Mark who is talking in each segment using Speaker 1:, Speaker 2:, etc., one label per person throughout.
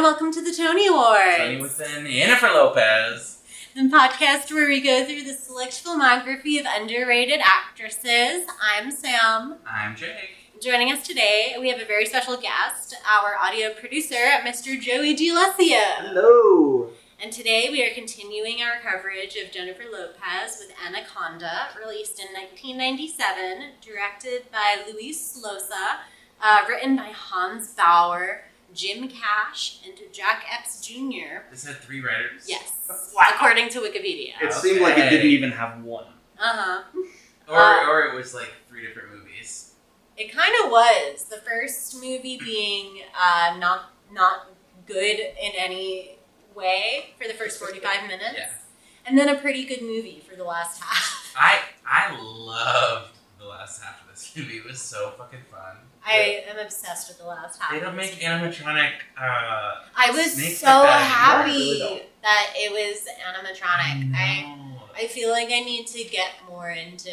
Speaker 1: welcome to the Tony Awards.
Speaker 2: Tony Within, Jennifer Lopez.
Speaker 1: The podcast where we go through the select filmography of underrated actresses. I'm Sam.
Speaker 2: I'm Jake.
Speaker 1: Joining us today, we have a very special guest, our audio producer, Mr. Joey DiLessio.
Speaker 3: Hello.
Speaker 1: And today we are continuing our coverage of Jennifer Lopez with Anaconda, released in 1997, directed by Luis Loza, uh, written by Hans Bauer, Jim Cash, and Jack Epps Jr.
Speaker 2: This had three writers.
Speaker 1: Yes,
Speaker 3: Wow.
Speaker 1: according to Wikipedia.
Speaker 3: It seemed like it
Speaker 2: Okay.
Speaker 3: didn't even have one.
Speaker 1: Uh huh.
Speaker 2: Or,
Speaker 1: Uh,
Speaker 2: or it was like three different movies.
Speaker 1: It kind of was the first movie being uh, not not good in any way for the first forty five minutes,
Speaker 2: Yeah.
Speaker 1: and then a pretty good movie for the last half.
Speaker 2: I I loved the last half of this movie. It was so fucking fun.
Speaker 1: I am obsessed with the last half.
Speaker 2: They don't make animatronic. Uh,
Speaker 1: I was
Speaker 2: snakes
Speaker 1: so
Speaker 2: like that anymore.
Speaker 3: I
Speaker 1: happy
Speaker 3: really don't.
Speaker 1: that it was
Speaker 2: Mm-hmm.
Speaker 1: animatronic. I
Speaker 2: know.
Speaker 1: I feel like I need to get more into.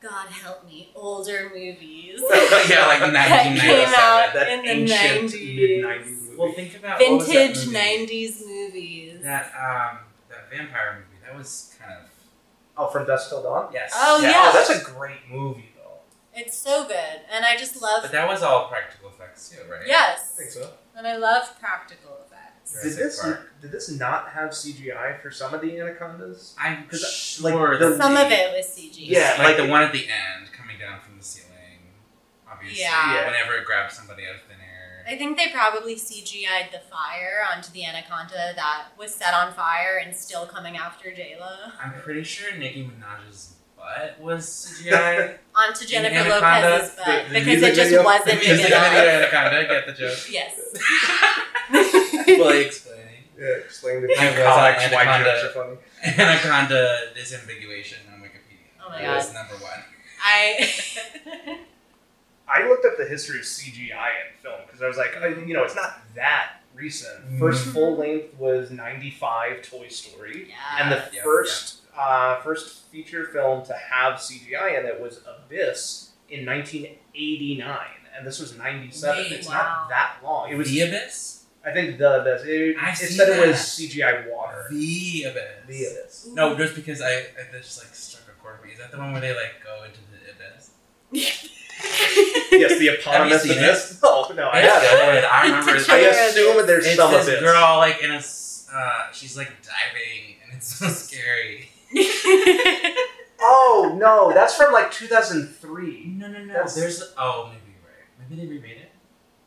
Speaker 1: God help me, older movies.
Speaker 2: yeah, like
Speaker 1: that came
Speaker 2: 1997.
Speaker 1: out
Speaker 3: That
Speaker 1: in the
Speaker 3: ancient
Speaker 1: 90s.
Speaker 3: mid-nineties movie.
Speaker 2: Well, think about what was that
Speaker 1: Vintage
Speaker 2: movie?
Speaker 1: 90s movies.
Speaker 2: That um that vampire movie. That was kind of
Speaker 3: oh, from Dusk Till Dawn.
Speaker 2: yes.
Speaker 1: Oh,
Speaker 2: yes.
Speaker 1: yeah.
Speaker 3: Oh, that's a great movie though.
Speaker 1: It's so good. And I just
Speaker 2: But
Speaker 1: love.
Speaker 2: that was all practical effects too, right?
Speaker 1: Yes.
Speaker 3: so.
Speaker 1: And I love practical effects.
Speaker 3: Did
Speaker 2: Jurassic
Speaker 3: this
Speaker 2: Park.
Speaker 3: did this not have CGI for some of the anacondas?
Speaker 2: I'm
Speaker 3: 'Cause,
Speaker 2: sure
Speaker 3: like,
Speaker 2: that
Speaker 3: the-
Speaker 1: Some
Speaker 2: the-
Speaker 1: of it was CG.
Speaker 3: Yeah,
Speaker 2: like,
Speaker 3: like-
Speaker 2: the one at the end coming down from the ceiling. Obviously,
Speaker 1: Yeah.
Speaker 3: Yeah.
Speaker 2: whenever it grabs somebody out of thin air.
Speaker 1: I think they probably CGI'd the fire onto the anaconda that was set on fire and still coming after Jayla.
Speaker 2: I'm pretty sure Nicki Minaj's butt was CGI.
Speaker 1: Onto Jennifer
Speaker 2: Anaconda,
Speaker 1: Lopez's
Speaker 2: the-
Speaker 1: butt.
Speaker 2: the
Speaker 1: because
Speaker 3: music
Speaker 1: it just
Speaker 3: video-
Speaker 2: the
Speaker 1: wasn't big
Speaker 2: music
Speaker 1: enough.
Speaker 2: video Anaconda, get the joke.
Speaker 1: Yes.
Speaker 2: Fully explaining.
Speaker 3: Yeah, explain the
Speaker 2: I was
Speaker 3: complex
Speaker 2: on
Speaker 3: why
Speaker 2: Anaconda.
Speaker 3: jokes are funny.
Speaker 2: Anaconda disambiguation on Wikipedia.
Speaker 1: Oh my
Speaker 2: That
Speaker 1: God.
Speaker 2: was number one.
Speaker 1: I.
Speaker 3: I looked up the history of CGI in film because I was like, I- you know, it's not that recent. First
Speaker 1: Mhm.
Speaker 3: full length was '95 Toy Story.
Speaker 1: yeah.
Speaker 3: and the
Speaker 2: Ah, Yeah,
Speaker 3: first Uh, first feature film to have CGI in it was Abyss in 1989, and this was 97.
Speaker 2: Wait,
Speaker 3: it's
Speaker 1: wow.
Speaker 3: not that long. It was,
Speaker 2: the abyss.
Speaker 3: I think, the Abyss. It,
Speaker 2: I've
Speaker 3: it
Speaker 2: seen
Speaker 3: said it was
Speaker 2: that.
Speaker 3: CGI water.
Speaker 2: The abyss.
Speaker 3: The Abyss.
Speaker 2: No, just because I, I that just like struck a chord with me. Is that the one where they like go into the abyss?
Speaker 3: yes, the
Speaker 2: Have
Speaker 3: eponymous
Speaker 2: you seen
Speaker 3: Abyss. Oh no, I
Speaker 2: It's
Speaker 3: had it.
Speaker 2: good. I remember it.
Speaker 3: I
Speaker 1: Sure
Speaker 3: assume
Speaker 1: is.
Speaker 3: there's
Speaker 2: it's
Speaker 3: some
Speaker 2: this
Speaker 3: Abyss.
Speaker 2: girl like in a s- uh, she's like diving and it's so scary.
Speaker 3: Oh no, that's from like 2003,
Speaker 2: No, no, no.
Speaker 3: That's-
Speaker 2: There's oh maybe you're right. Maybe they remade it.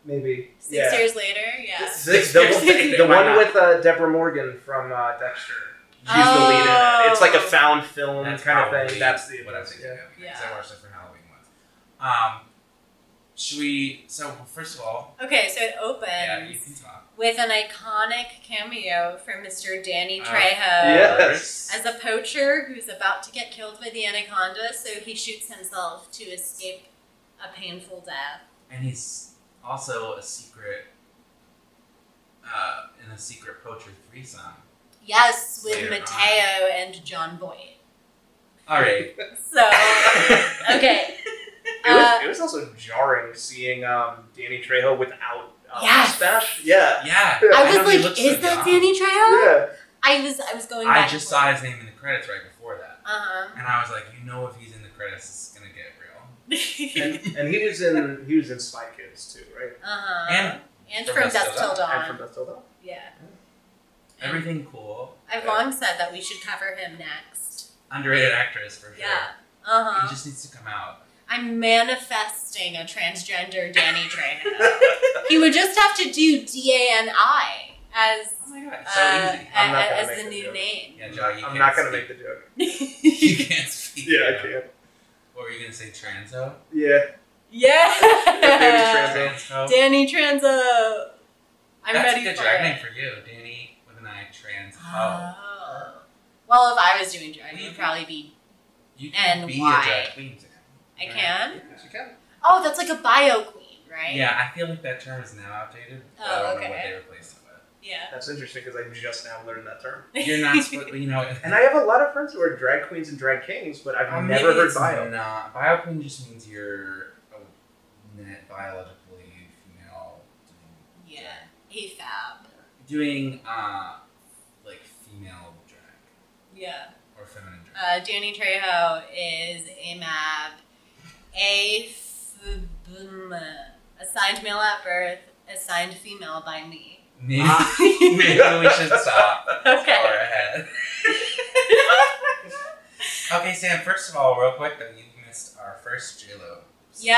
Speaker 3: maybe.
Speaker 1: Six
Speaker 3: yeah.
Speaker 1: years later, yeah.
Speaker 2: Six
Speaker 3: the,
Speaker 2: years later,
Speaker 3: the, the
Speaker 2: why
Speaker 3: one
Speaker 2: not?
Speaker 3: with uh, Deborah Morgan from uh, Dexter. She's the lead in
Speaker 1: Oh.
Speaker 3: it. It's like a found film
Speaker 2: That's
Speaker 3: kind of
Speaker 2: probably
Speaker 3: thing. That's the
Speaker 2: what I was thinking
Speaker 3: yeah.
Speaker 2: of because
Speaker 1: Yeah.
Speaker 2: I watched it for Halloween once. Um, should we? So first of all,
Speaker 1: Okay, so it opens
Speaker 2: yeah, you can talk.
Speaker 1: with an iconic cameo from Mr. Danny
Speaker 2: Uh,
Speaker 1: Trejo.
Speaker 3: Yes.
Speaker 1: As a poacher who's about to get killed by the anaconda, so he shoots himself to escape a painful death.
Speaker 2: and he's also a secret. Uh, in a secret poacher threesome.
Speaker 1: Yes, with
Speaker 2: Later on.
Speaker 1: Mateo and John Boyd.
Speaker 2: All right.
Speaker 1: So, okay.
Speaker 3: It was,
Speaker 1: Uh,
Speaker 3: it was also jarring seeing um, Danny Trejo without um,
Speaker 1: Yes.
Speaker 3: mustache. Yeah,
Speaker 2: yeah.
Speaker 1: I
Speaker 2: know
Speaker 1: was
Speaker 2: he
Speaker 1: like,
Speaker 2: looks
Speaker 1: is
Speaker 2: so
Speaker 1: that
Speaker 2: young.
Speaker 1: Danny Trejo?
Speaker 3: yeah.
Speaker 1: I was I was going back
Speaker 2: I
Speaker 1: and
Speaker 2: just
Speaker 1: forth.
Speaker 2: saw his name in the credits right before that,
Speaker 1: Uh-huh.
Speaker 2: and I was like, you know, if he's in the credits, it's gonna get real.
Speaker 3: And, and he was in he was in Spy Kids too, right?
Speaker 1: uh-huh.
Speaker 2: And
Speaker 1: And
Speaker 2: From
Speaker 1: from
Speaker 2: Dusk
Speaker 1: Dusk
Speaker 2: Till
Speaker 1: Till
Speaker 3: And from
Speaker 1: Dawn.
Speaker 3: Best Till Dawn.
Speaker 1: Yeah.
Speaker 2: everything cool.
Speaker 1: I've long said that we should cover him next.
Speaker 2: Underrated actress for sure.
Speaker 1: Yeah. Uh-huh.
Speaker 2: He just needs to come out.
Speaker 1: I'm manifesting a transgender Danny Trejo. he would just have to do D A N I as
Speaker 2: Oh my god, so
Speaker 1: uh,
Speaker 2: easy.
Speaker 3: I'm not
Speaker 1: a-
Speaker 3: gonna
Speaker 1: as
Speaker 3: make
Speaker 1: the
Speaker 3: the
Speaker 1: new
Speaker 3: joke.
Speaker 1: name.
Speaker 2: Yeah, Joe, you
Speaker 3: I'm
Speaker 2: can't
Speaker 3: not gonna
Speaker 2: speak.
Speaker 3: make the joke.
Speaker 2: You can't speak.
Speaker 3: Yeah, I can't.
Speaker 2: What were you gonna say, transo?
Speaker 3: Yeah,
Speaker 1: yeah, Uh,
Speaker 3: Danny
Speaker 2: Transo.
Speaker 1: Danny Transo. I'm
Speaker 2: That's
Speaker 1: ready
Speaker 2: a good
Speaker 1: for
Speaker 2: drag
Speaker 1: it.
Speaker 2: name for you, Danny with an I. Trans. Oh, Mm-hmm.
Speaker 1: Oh. Well, if I was doing drag, it would probably be.
Speaker 2: you can
Speaker 1: And
Speaker 2: be
Speaker 1: why?
Speaker 2: a drag queen. Sam.
Speaker 1: I
Speaker 2: Right?
Speaker 1: can.
Speaker 3: yes, you can.
Speaker 1: Oh, that's like a bio queen, right?
Speaker 2: Yeah, I feel like that term is now outdated. but I
Speaker 1: Oh,
Speaker 2: don't know what
Speaker 1: okay.
Speaker 2: they replaced it with.
Speaker 1: Yeah.
Speaker 3: That's interesting because I just now learned that term.
Speaker 2: You're not supposed, you know.
Speaker 3: And I have a lot of friends who are drag queens and drag kings, but
Speaker 1: Oh,
Speaker 3: I've
Speaker 2: Or maybe
Speaker 3: never heard
Speaker 2: it's
Speaker 3: bio.
Speaker 2: Not bio queen just means you're a net biologically female.
Speaker 1: Yeah. A
Speaker 2: doing uh, like female drag
Speaker 1: Yeah.
Speaker 2: or feminine drag.
Speaker 1: Uh, Danny Trejo is a map, a f- boom, assigned male at birth, assigned female by me.
Speaker 2: maybe, maybe we should stop.
Speaker 1: Okay.
Speaker 2: Far ahead. okay, Sam. First of all, real quick, though, you missed our first J Lo.
Speaker 1: Yeah,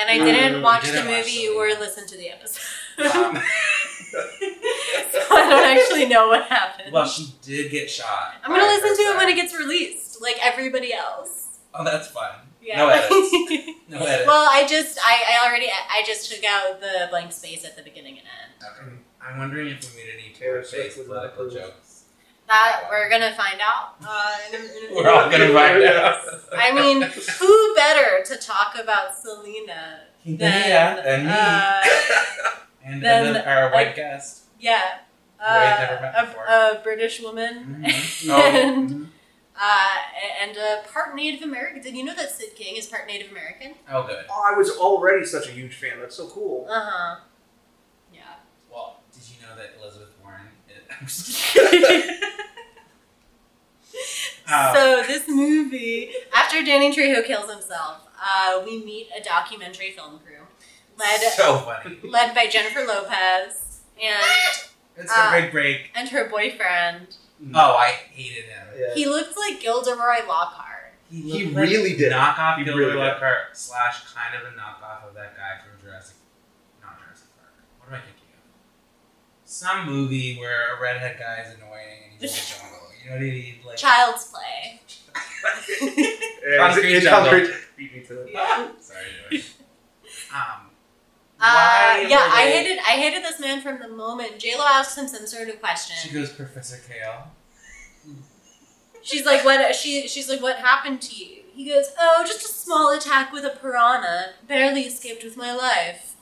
Speaker 1: and I didn't
Speaker 3: Mm,
Speaker 1: watch
Speaker 2: you didn't
Speaker 1: the
Speaker 2: watch
Speaker 1: movie
Speaker 2: the
Speaker 1: or
Speaker 2: movie.
Speaker 1: listen to the episode,
Speaker 2: Um,
Speaker 1: so I don't actually know what happened.
Speaker 2: well, she did get shot.
Speaker 1: I'm gonna
Speaker 2: by her
Speaker 1: listen to it when
Speaker 2: friend.
Speaker 1: it gets released, like everybody else.
Speaker 2: Oh, that's fun.
Speaker 1: Yeah.
Speaker 2: No edits. No edits.
Speaker 1: well, I just I, I already I just took out the blank space at the beginning and end.
Speaker 2: I'm- I'm wondering if we made any
Speaker 3: Taylor
Speaker 2: Taylor
Speaker 3: Swift
Speaker 2: Face
Speaker 3: would
Speaker 2: political
Speaker 3: approve.
Speaker 2: jokes.
Speaker 1: That we're gonna find out. Uh, in a- in a-
Speaker 2: We're all gonna find out.
Speaker 1: I mean, who better to talk about Selena than
Speaker 2: yeah, and me.
Speaker 1: uh,
Speaker 2: and,
Speaker 1: then
Speaker 2: and then our
Speaker 1: I-
Speaker 2: white guest.
Speaker 1: yeah,
Speaker 2: I've never met
Speaker 1: uh,
Speaker 2: before.
Speaker 1: a, a British woman
Speaker 2: Mhm.
Speaker 1: and-
Speaker 2: mhm.
Speaker 1: uh, and a part Native American. Did you know that Sid King is part Native American?
Speaker 2: Oh, good.
Speaker 3: Oh, I was already such a huge fan. That's so cool.
Speaker 1: Uh huh. Yeah.
Speaker 2: Well, did you know that Elizabeth Warren? Is, I'm just kidding. Um,
Speaker 1: so this movie, after Danny Trejo kills himself, uh, we meet a documentary film crew led
Speaker 2: so funny.
Speaker 1: led by Jennifer Lopez and
Speaker 2: It's a
Speaker 1: Uh,
Speaker 2: big break.
Speaker 1: and her boyfriend.
Speaker 2: Oh, I hated him.
Speaker 3: Yeah.
Speaker 1: He looked like Gilderoy Lockhart.
Speaker 2: looked
Speaker 3: He
Speaker 2: like
Speaker 3: really did.
Speaker 2: Knockoff
Speaker 3: He
Speaker 2: Gilderoy
Speaker 3: really did.
Speaker 2: Lockhart slash kind of a knockoff of that guy from Jurassic, not Jurassic Park. What am I thinking of? Some movie where a redhead guy is annoying and he's in the jungle. You know what I mean? Like
Speaker 1: Child's play.
Speaker 3: Yeah,
Speaker 2: Concrete
Speaker 3: it's- it's
Speaker 2: jungle.
Speaker 3: concrete. Beat me to it.
Speaker 1: Yeah.
Speaker 2: Sorry. Anyway. Um.
Speaker 1: Uh,
Speaker 2: why
Speaker 1: yeah,
Speaker 2: were
Speaker 1: I
Speaker 2: they-
Speaker 1: hated I hated this man from the moment J Lo asked him some sort of
Speaker 2: She
Speaker 1: question.
Speaker 2: goes, Professor Kale.
Speaker 1: She's like, "What?" She she's like, "What happened to you?" He goes, "Oh, just a small attack with a piranha. Barely escaped with my life."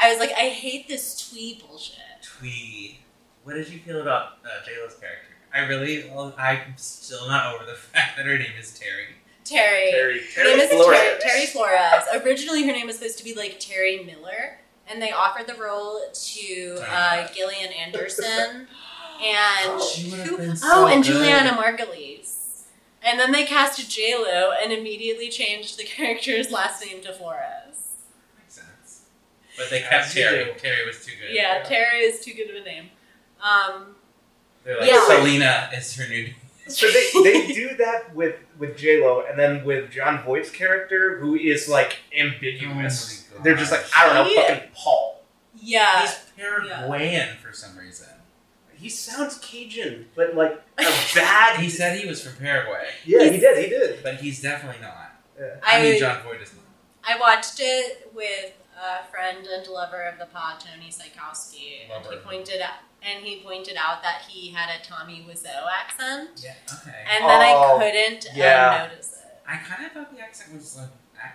Speaker 1: I was like, "I hate this twee bullshit."
Speaker 2: Tweed. What did you feel about uh, J-Lo's character? I really, well, I'm still not over the fact that her name is Terry.
Speaker 1: Terry.
Speaker 3: Terry.
Speaker 1: Her name is
Speaker 3: Flores.
Speaker 1: Terry, Terry Flores. Originally, her name was supposed to be like Terry Miller, and they offered the role to uh, Gillian Anderson and
Speaker 2: She would've
Speaker 1: who-
Speaker 2: been so
Speaker 1: oh, and
Speaker 2: good.
Speaker 1: Juliana Margulies. And then they casted J Lo and immediately changed the character's last name to Flores.
Speaker 2: Makes sense. But they
Speaker 3: As
Speaker 2: kept
Speaker 3: you
Speaker 2: Terry.
Speaker 3: do.
Speaker 2: Terry was too good.
Speaker 1: Yeah,
Speaker 3: Yeah.
Speaker 1: Terry is too good of a name. Um,
Speaker 2: They're like,
Speaker 1: Yeah.
Speaker 2: Selena is her new
Speaker 3: So they, they do that with with J Lo, and then with John Voight's character, who is like ambiguous.
Speaker 2: Oh my gosh.
Speaker 3: They're just like, I don't know,
Speaker 1: He-
Speaker 3: fucking Paul.
Speaker 1: yeah,
Speaker 2: He's Paraguayan for some reason.
Speaker 3: He sounds Cajun, but like a bad.
Speaker 2: He said he was from Paraguay,
Speaker 3: yeah, he did, he did.
Speaker 2: but he's definitely not.
Speaker 3: Yeah.
Speaker 2: I, mean,
Speaker 1: I
Speaker 2: John Boyd is not.
Speaker 1: I watched it with a friend and lover of the pod, Tony Psychowski, and
Speaker 2: Lover.
Speaker 1: he pointed out and he pointed out that he had a Tommy Wiseau accent,
Speaker 2: Yeah, okay.
Speaker 1: and then
Speaker 3: Oh,
Speaker 1: I couldn't uh,
Speaker 3: yeah.
Speaker 1: notice it.
Speaker 2: I kind of thought the accent was like accurate.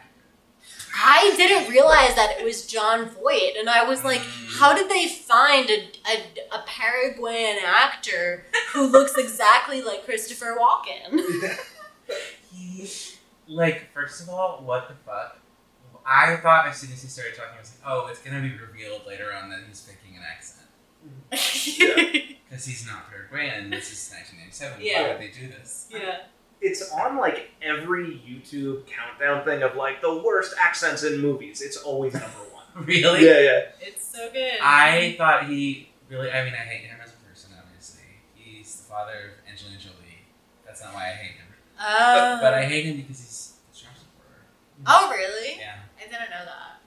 Speaker 1: I didn't realize that it was John Voight, and I was like,
Speaker 2: Mm.
Speaker 1: how did they find a, a, a Paraguayan actor who looks exactly like Christopher Walken?
Speaker 2: He, like, first of all, what the fuck? I thought as soon as he started talking, I was like, oh, it's gonna be revealed later on that he's picking an accent. Because he's not Paraguayan, this is 1997. Why
Speaker 1: Yeah.
Speaker 2: would they do this?
Speaker 1: yeah.
Speaker 3: It's on like every YouTube countdown thing of like the worst accents in movies. It's always number one.
Speaker 2: Really?
Speaker 3: Yeah, yeah.
Speaker 1: It's so good.
Speaker 2: I thought he really. I mean, I hate him as a person. Obviously, he's the father of Angelina Jolie. That's not why I hate him.
Speaker 1: Oh.
Speaker 2: But I hate him because he's a Trump supporter.
Speaker 1: oh, really?
Speaker 2: Yeah,
Speaker 1: I didn't know that.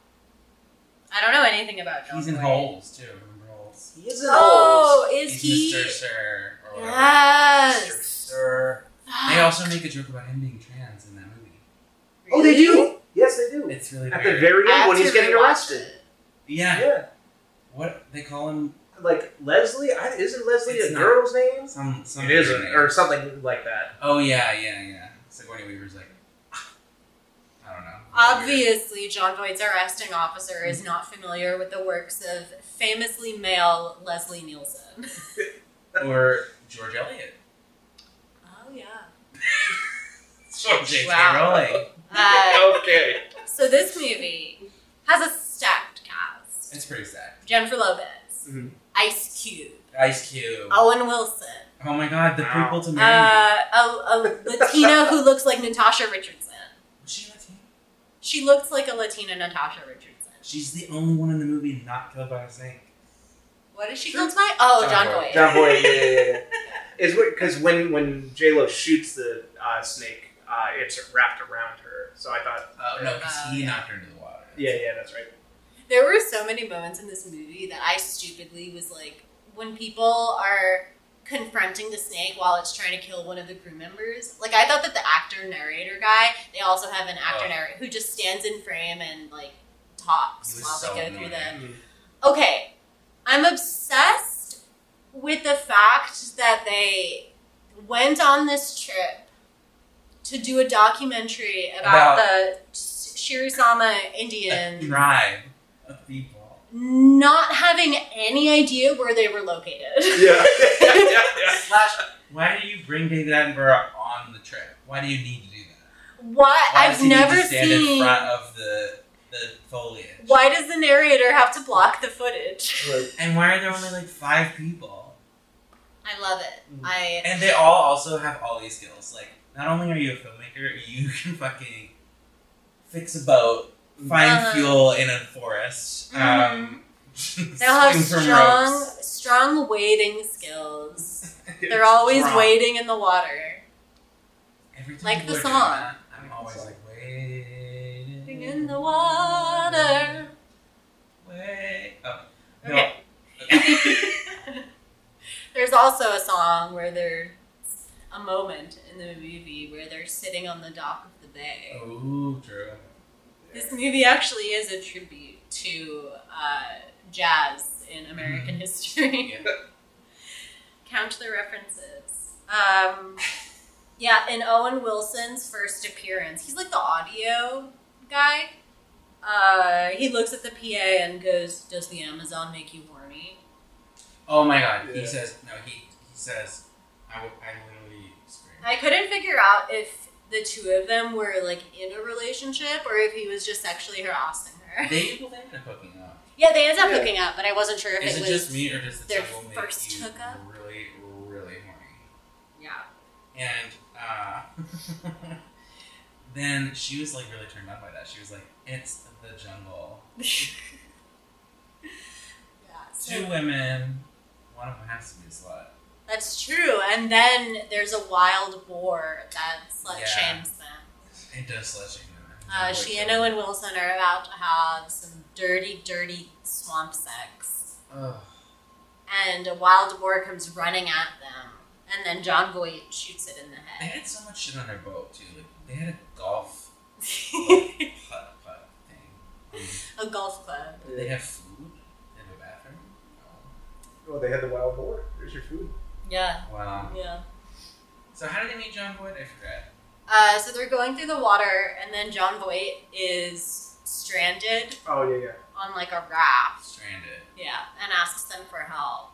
Speaker 1: I don't know anything about John
Speaker 2: he's in
Speaker 1: Voight.
Speaker 2: holes too. Remember holes?
Speaker 3: He is an
Speaker 1: Oh, is
Speaker 2: he's
Speaker 1: he?
Speaker 2: Mr. Sir or whatever. Mr.
Speaker 1: Yes.
Speaker 2: Sir. They also make a joke about him being trans in that movie.
Speaker 3: old. Oh, they do. Yes, they do.
Speaker 2: It's really
Speaker 3: At the
Speaker 2: weird.
Speaker 3: very
Speaker 1: I have
Speaker 3: end, when
Speaker 1: to
Speaker 3: he's getting
Speaker 1: rewatch
Speaker 3: arrested.
Speaker 1: it.
Speaker 2: yeah.
Speaker 3: Yeah.
Speaker 2: What they call him?
Speaker 3: like Leslie. I, isn't Leslie
Speaker 2: It's
Speaker 3: a
Speaker 2: not.
Speaker 3: girl's name?
Speaker 2: Some. some
Speaker 3: It isn't,
Speaker 2: weird name.
Speaker 3: or something like that.
Speaker 2: Oh yeah, yeah, yeah. Sigourney Weaver's like. I don't know. Weird.
Speaker 1: Obviously, John Voight's arresting officer is
Speaker 2: Mm-hmm.
Speaker 1: not familiar with the works of famously male Leslie Nielsen.
Speaker 2: Or George Eliot.
Speaker 1: Oh, yeah.
Speaker 2: George J.K.
Speaker 1: Wow.
Speaker 2: Rowling.
Speaker 1: Uh,
Speaker 3: okay.
Speaker 1: so, this movie has a stacked cast.
Speaker 2: It's pretty sad.
Speaker 1: Jennifer Lopez,
Speaker 2: Mm-hmm.
Speaker 3: Mhm.
Speaker 1: Ice Cube,
Speaker 2: Ice Cube. Oh,
Speaker 1: Owen Wilson,
Speaker 2: my God, the
Speaker 3: Wow.
Speaker 2: people to
Speaker 1: uh,
Speaker 2: marry. you.
Speaker 1: a, a Latina who looks like Natasha Richardson.
Speaker 2: Was she Latina?
Speaker 1: She looks like a Latina Natasha Richardson.
Speaker 2: She's the only one in the movie not killed by a snake.
Speaker 1: What is she
Speaker 3: Sure.
Speaker 1: called by? Oh, John
Speaker 2: John
Speaker 1: Boyd.
Speaker 2: Boyd.
Speaker 3: John Boyd, yeah, yeah, yeah. Is because when when J Lo shoots the uh, snake, uh, it's wrapped around her. So I thought,
Speaker 2: Oh no, because
Speaker 1: Oh,
Speaker 2: he
Speaker 1: yeah.
Speaker 2: knocked her into the water.
Speaker 3: yeah, yeah, that's right.
Speaker 1: There were so many moments in this movie that I stupidly was like, when people are confronting the snake while it's trying to kill one of the crew members. Like I thought that the actor narrator guy, they also have an actor
Speaker 2: Oh.
Speaker 1: narrator who just stands in frame and like talks
Speaker 2: He was
Speaker 1: while
Speaker 2: so
Speaker 1: they go
Speaker 2: annoying.
Speaker 1: through the okay, I'm obsessed with the fact that they went on this trip to do a documentary about,
Speaker 2: About-
Speaker 1: the Shirisama Indians
Speaker 2: Tribe of people.
Speaker 1: not having any idea where they were located.
Speaker 3: Yeah. yeah, yeah, yeah.
Speaker 2: Slash, why do you bring David Attenborough on the trip? Why do you need to do that?
Speaker 1: Why?
Speaker 2: Why does
Speaker 1: I've
Speaker 2: he need to
Speaker 1: never
Speaker 2: stand in
Speaker 1: seen.
Speaker 2: front of the the foliage.
Speaker 1: Why does the narrator have to block the footage?
Speaker 3: Right.
Speaker 2: And why are there only like five people?
Speaker 1: I love it. I
Speaker 2: And they all also have all these skills. Like, not only are you a filmmaker, you can fucking fix a boat, find
Speaker 1: Uh-huh.
Speaker 2: fuel in a forest. Um,
Speaker 1: They'll have
Speaker 2: swing from
Speaker 1: strong,
Speaker 2: ropes.
Speaker 1: strong wading skills. They're always
Speaker 2: Strong.
Speaker 1: wading in the water.
Speaker 2: Every time
Speaker 1: like
Speaker 2: you
Speaker 1: the
Speaker 2: look at
Speaker 1: song.
Speaker 2: that, I'm always like waiting
Speaker 1: Wading in the water.
Speaker 2: Wait. Oh. No.
Speaker 1: Okay. There's also a song where they're a moment in the movie where they're sitting on the dock of the bay.
Speaker 2: Oh, true.
Speaker 1: This movie actually is a tribute to uh, jazz in American history.
Speaker 2: Mm-hmm. Yeah.
Speaker 1: Count the references. Um, yeah, in Owen Wilson's first appearance, he's like the audio guy. Uh, he looks at the PA and goes, "Does the Amazon make you horny?"
Speaker 2: Oh my god.
Speaker 3: Yeah.
Speaker 2: He says no. He he says I will. I literally scream.
Speaker 1: I couldn't figure out if the two of them were like in a relationship or if he was just sexually harassing her.
Speaker 2: They well, they end up hooking up.
Speaker 1: Yeah, they ended up
Speaker 3: Yeah.
Speaker 1: hooking up, but I wasn't sure if
Speaker 2: Is
Speaker 1: it
Speaker 2: it
Speaker 1: was
Speaker 2: just me or does the
Speaker 1: their
Speaker 2: devil make
Speaker 1: first
Speaker 2: you
Speaker 1: hookup?
Speaker 2: really really horny?
Speaker 1: Yeah.
Speaker 2: And uh, then she was like really turned on by that. She was like, "It's the jungle."
Speaker 1: Yeah,
Speaker 2: Two
Speaker 1: so
Speaker 2: women. One of them has to be a slut.
Speaker 1: that's true. And then there's a wild boar that slut
Speaker 2: Yeah.
Speaker 1: shames them.
Speaker 2: It does slut shame women.
Speaker 1: Uh,
Speaker 2: Boy,
Speaker 1: she
Speaker 2: so-
Speaker 1: and Owen Wilson are about to have some dirty, dirty swamp sex.
Speaker 2: Ugh.
Speaker 1: And a wild boar comes running at them. And then John Voight shoots it in the
Speaker 2: They
Speaker 1: head.
Speaker 2: had so much shit on their boat too. Like they had a golf
Speaker 1: a
Speaker 2: putt putt thing. Um,
Speaker 1: golf club.
Speaker 2: did they have food? They have a bathroom. No.
Speaker 3: Oh, they had the wild boar. There's your food.
Speaker 1: Yeah.
Speaker 2: Wow.
Speaker 1: Yeah.
Speaker 2: So how did they meet John Boyd? I forgot.
Speaker 1: Uh, so they're going through the water, and then John Voight is stranded
Speaker 3: Oh yeah, yeah.
Speaker 1: on like a raft.
Speaker 2: Stranded.
Speaker 1: Yeah, and asks them for help.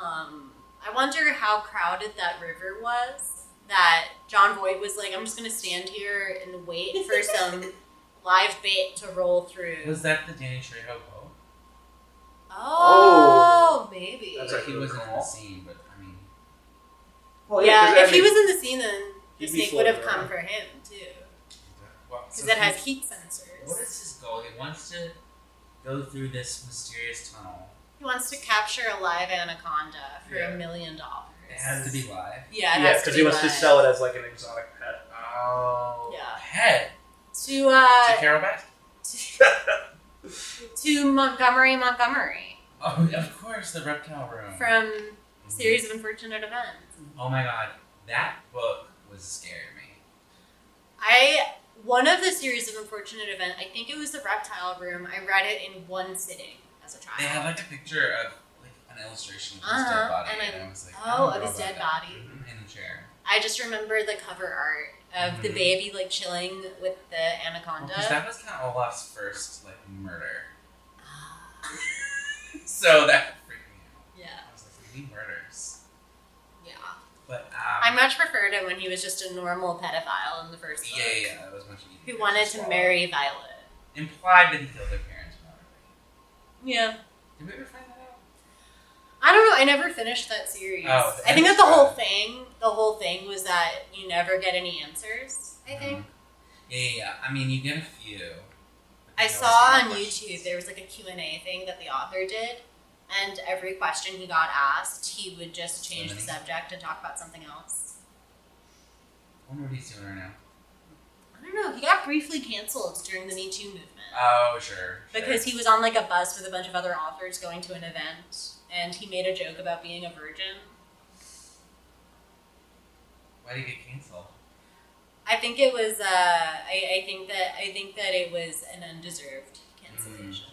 Speaker 1: Um, I wonder how crowded that river was that John Voight was like, I'm just gonna stand here and wait for some live bait to roll through.
Speaker 2: Was that the Danny Trejo boat?
Speaker 1: oh, maybe.
Speaker 3: That's
Speaker 2: Like
Speaker 3: a
Speaker 2: he
Speaker 3: good
Speaker 2: wasn't in
Speaker 3: call.
Speaker 2: the scene, but I mean,
Speaker 3: Well,
Speaker 1: yeah,
Speaker 3: 'cause, I
Speaker 1: if he
Speaker 3: mean,
Speaker 1: was in the scene, then the
Speaker 3: He'd be
Speaker 1: snake would have
Speaker 3: floating
Speaker 1: come
Speaker 3: around.
Speaker 1: for him too,
Speaker 2: well,
Speaker 1: because
Speaker 2: so
Speaker 1: it
Speaker 2: he-
Speaker 1: has heat
Speaker 2: What
Speaker 1: sensors.
Speaker 2: is his goal? He wants to go through this mysterious tunnel.
Speaker 1: He wants to capture a live anaconda for
Speaker 2: Yeah.
Speaker 1: a million dollars.
Speaker 2: It has to be live.
Speaker 1: Yeah, it
Speaker 3: yeah,
Speaker 1: has to
Speaker 3: because
Speaker 1: be
Speaker 3: he wants to
Speaker 1: live.
Speaker 3: sell it as like an exotic pet.
Speaker 2: Oh.
Speaker 1: Yeah.
Speaker 2: Head
Speaker 1: to uh,
Speaker 2: to Carol Baskin.
Speaker 1: to Montgomery Montgomery
Speaker 2: Oh, of course, the reptile room.
Speaker 1: from
Speaker 2: Mhm.
Speaker 1: Series of Unfortunate Events.
Speaker 2: Oh my god, that book was scaring me.
Speaker 1: I one of the Series of Unfortunate Events, I think it was the Reptile Room. I read it in one sitting as a
Speaker 2: They had
Speaker 1: child.
Speaker 2: like a picture of like an illustration of his
Speaker 1: Uh-huh,
Speaker 2: dead body,
Speaker 1: and
Speaker 2: and
Speaker 1: I-
Speaker 2: I, was like, I
Speaker 1: Oh,
Speaker 2: don't
Speaker 1: of
Speaker 2: know
Speaker 1: his
Speaker 2: about
Speaker 1: dead
Speaker 2: that.
Speaker 1: body.
Speaker 2: in the chair.
Speaker 1: I just remember the cover art of the
Speaker 2: Mhm.
Speaker 1: baby like chilling with the anaconda.
Speaker 2: Because Oh, that was kind of Olaf's first like murder, so that freaked me out.
Speaker 1: Ah, yeah,
Speaker 2: I was like, we need murders,
Speaker 1: yeah.
Speaker 2: but um,
Speaker 1: I much preferred him when he was just a normal pedophile in the first book.
Speaker 2: yeah, yeah, that was much easier.
Speaker 1: Who wanted to
Speaker 2: swallow.
Speaker 1: marry Violet.
Speaker 2: Implied that he killed their parents. but not really.
Speaker 1: Yeah.
Speaker 2: Did we ever find that
Speaker 1: I don't know. I never finished that series.
Speaker 2: Oh, the
Speaker 1: I think that the
Speaker 2: end.
Speaker 1: whole thing, the whole thing was that you never get any answers. I
Speaker 2: out?
Speaker 1: think
Speaker 2: Yeah, yeah, yeah. I mean, you get a few. but
Speaker 1: I
Speaker 2: they always
Speaker 1: saw
Speaker 2: have
Speaker 1: on
Speaker 2: questions.
Speaker 1: YouTube there was like a Q and A thing that the author did, and every question he got asked, he would just change the
Speaker 2: Eliminate.
Speaker 1: subject and talk about something else.
Speaker 2: I wonder what he's doing right now.
Speaker 1: I don't know. He got briefly canceled during the Me Too movement
Speaker 2: Oh, sure. sure.
Speaker 1: because he was on like a bus with a bunch of other authors going to an event, and he made a joke about being a virgin.
Speaker 2: Why did he get canceled?
Speaker 1: I think it was. Uh, I, I think that I think that it was an undeserved cancellation.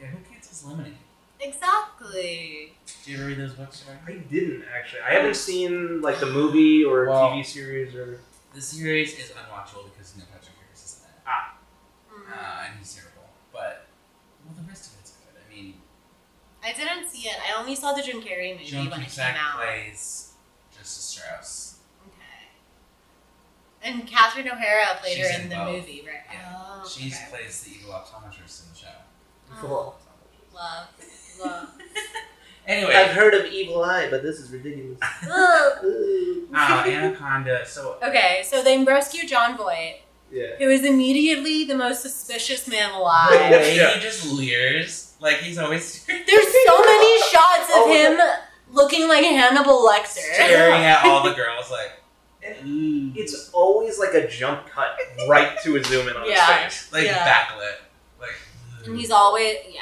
Speaker 2: Yeah, who cancels Lemonade?
Speaker 1: Exactly.
Speaker 2: Do you ever read those books? Sarah?
Speaker 3: I didn't actually.
Speaker 1: Oh.
Speaker 3: I haven't seen like the movie or
Speaker 2: Well-
Speaker 3: TV series or.
Speaker 2: The series is unwatchable because no Patrick Harris is in it.
Speaker 1: Mhm.
Speaker 2: Uh, and he's terrible. But, well, the rest of it's good. I mean,
Speaker 1: I didn't see it. I only saw the Jim Carrey movie
Speaker 2: Joan
Speaker 1: when it
Speaker 2: Cusack
Speaker 1: came out.
Speaker 2: plays Justice Strauss.
Speaker 1: Okay. And Catherine O'Hara played
Speaker 2: She's
Speaker 1: her in,
Speaker 2: in
Speaker 1: the
Speaker 2: both.
Speaker 1: movie, right? Oh,
Speaker 2: She
Speaker 1: okay.
Speaker 2: plays the evil optometrist in the show.
Speaker 1: Oh. love, love.
Speaker 2: Anyway,
Speaker 3: heard of Evil Eye, but this is ridiculous.
Speaker 1: Ugh.
Speaker 2: uh, Anaconda. So
Speaker 1: okay, so they rescue John Voight,
Speaker 3: yeah.
Speaker 1: who is immediately the most suspicious man
Speaker 2: the
Speaker 1: alive.
Speaker 2: way
Speaker 3: Yeah.
Speaker 2: he just leers, like he's always
Speaker 1: There's so many shots of
Speaker 3: Oh,
Speaker 1: him looking like Hannibal Lecter.
Speaker 2: staring at all the girls, like. "Ooh."
Speaker 3: It's always like a jump cut right to a zoom in on
Speaker 1: Yeah.
Speaker 3: his face.
Speaker 2: like
Speaker 1: yeah.
Speaker 2: backlit, like.
Speaker 1: And he's always, yeah.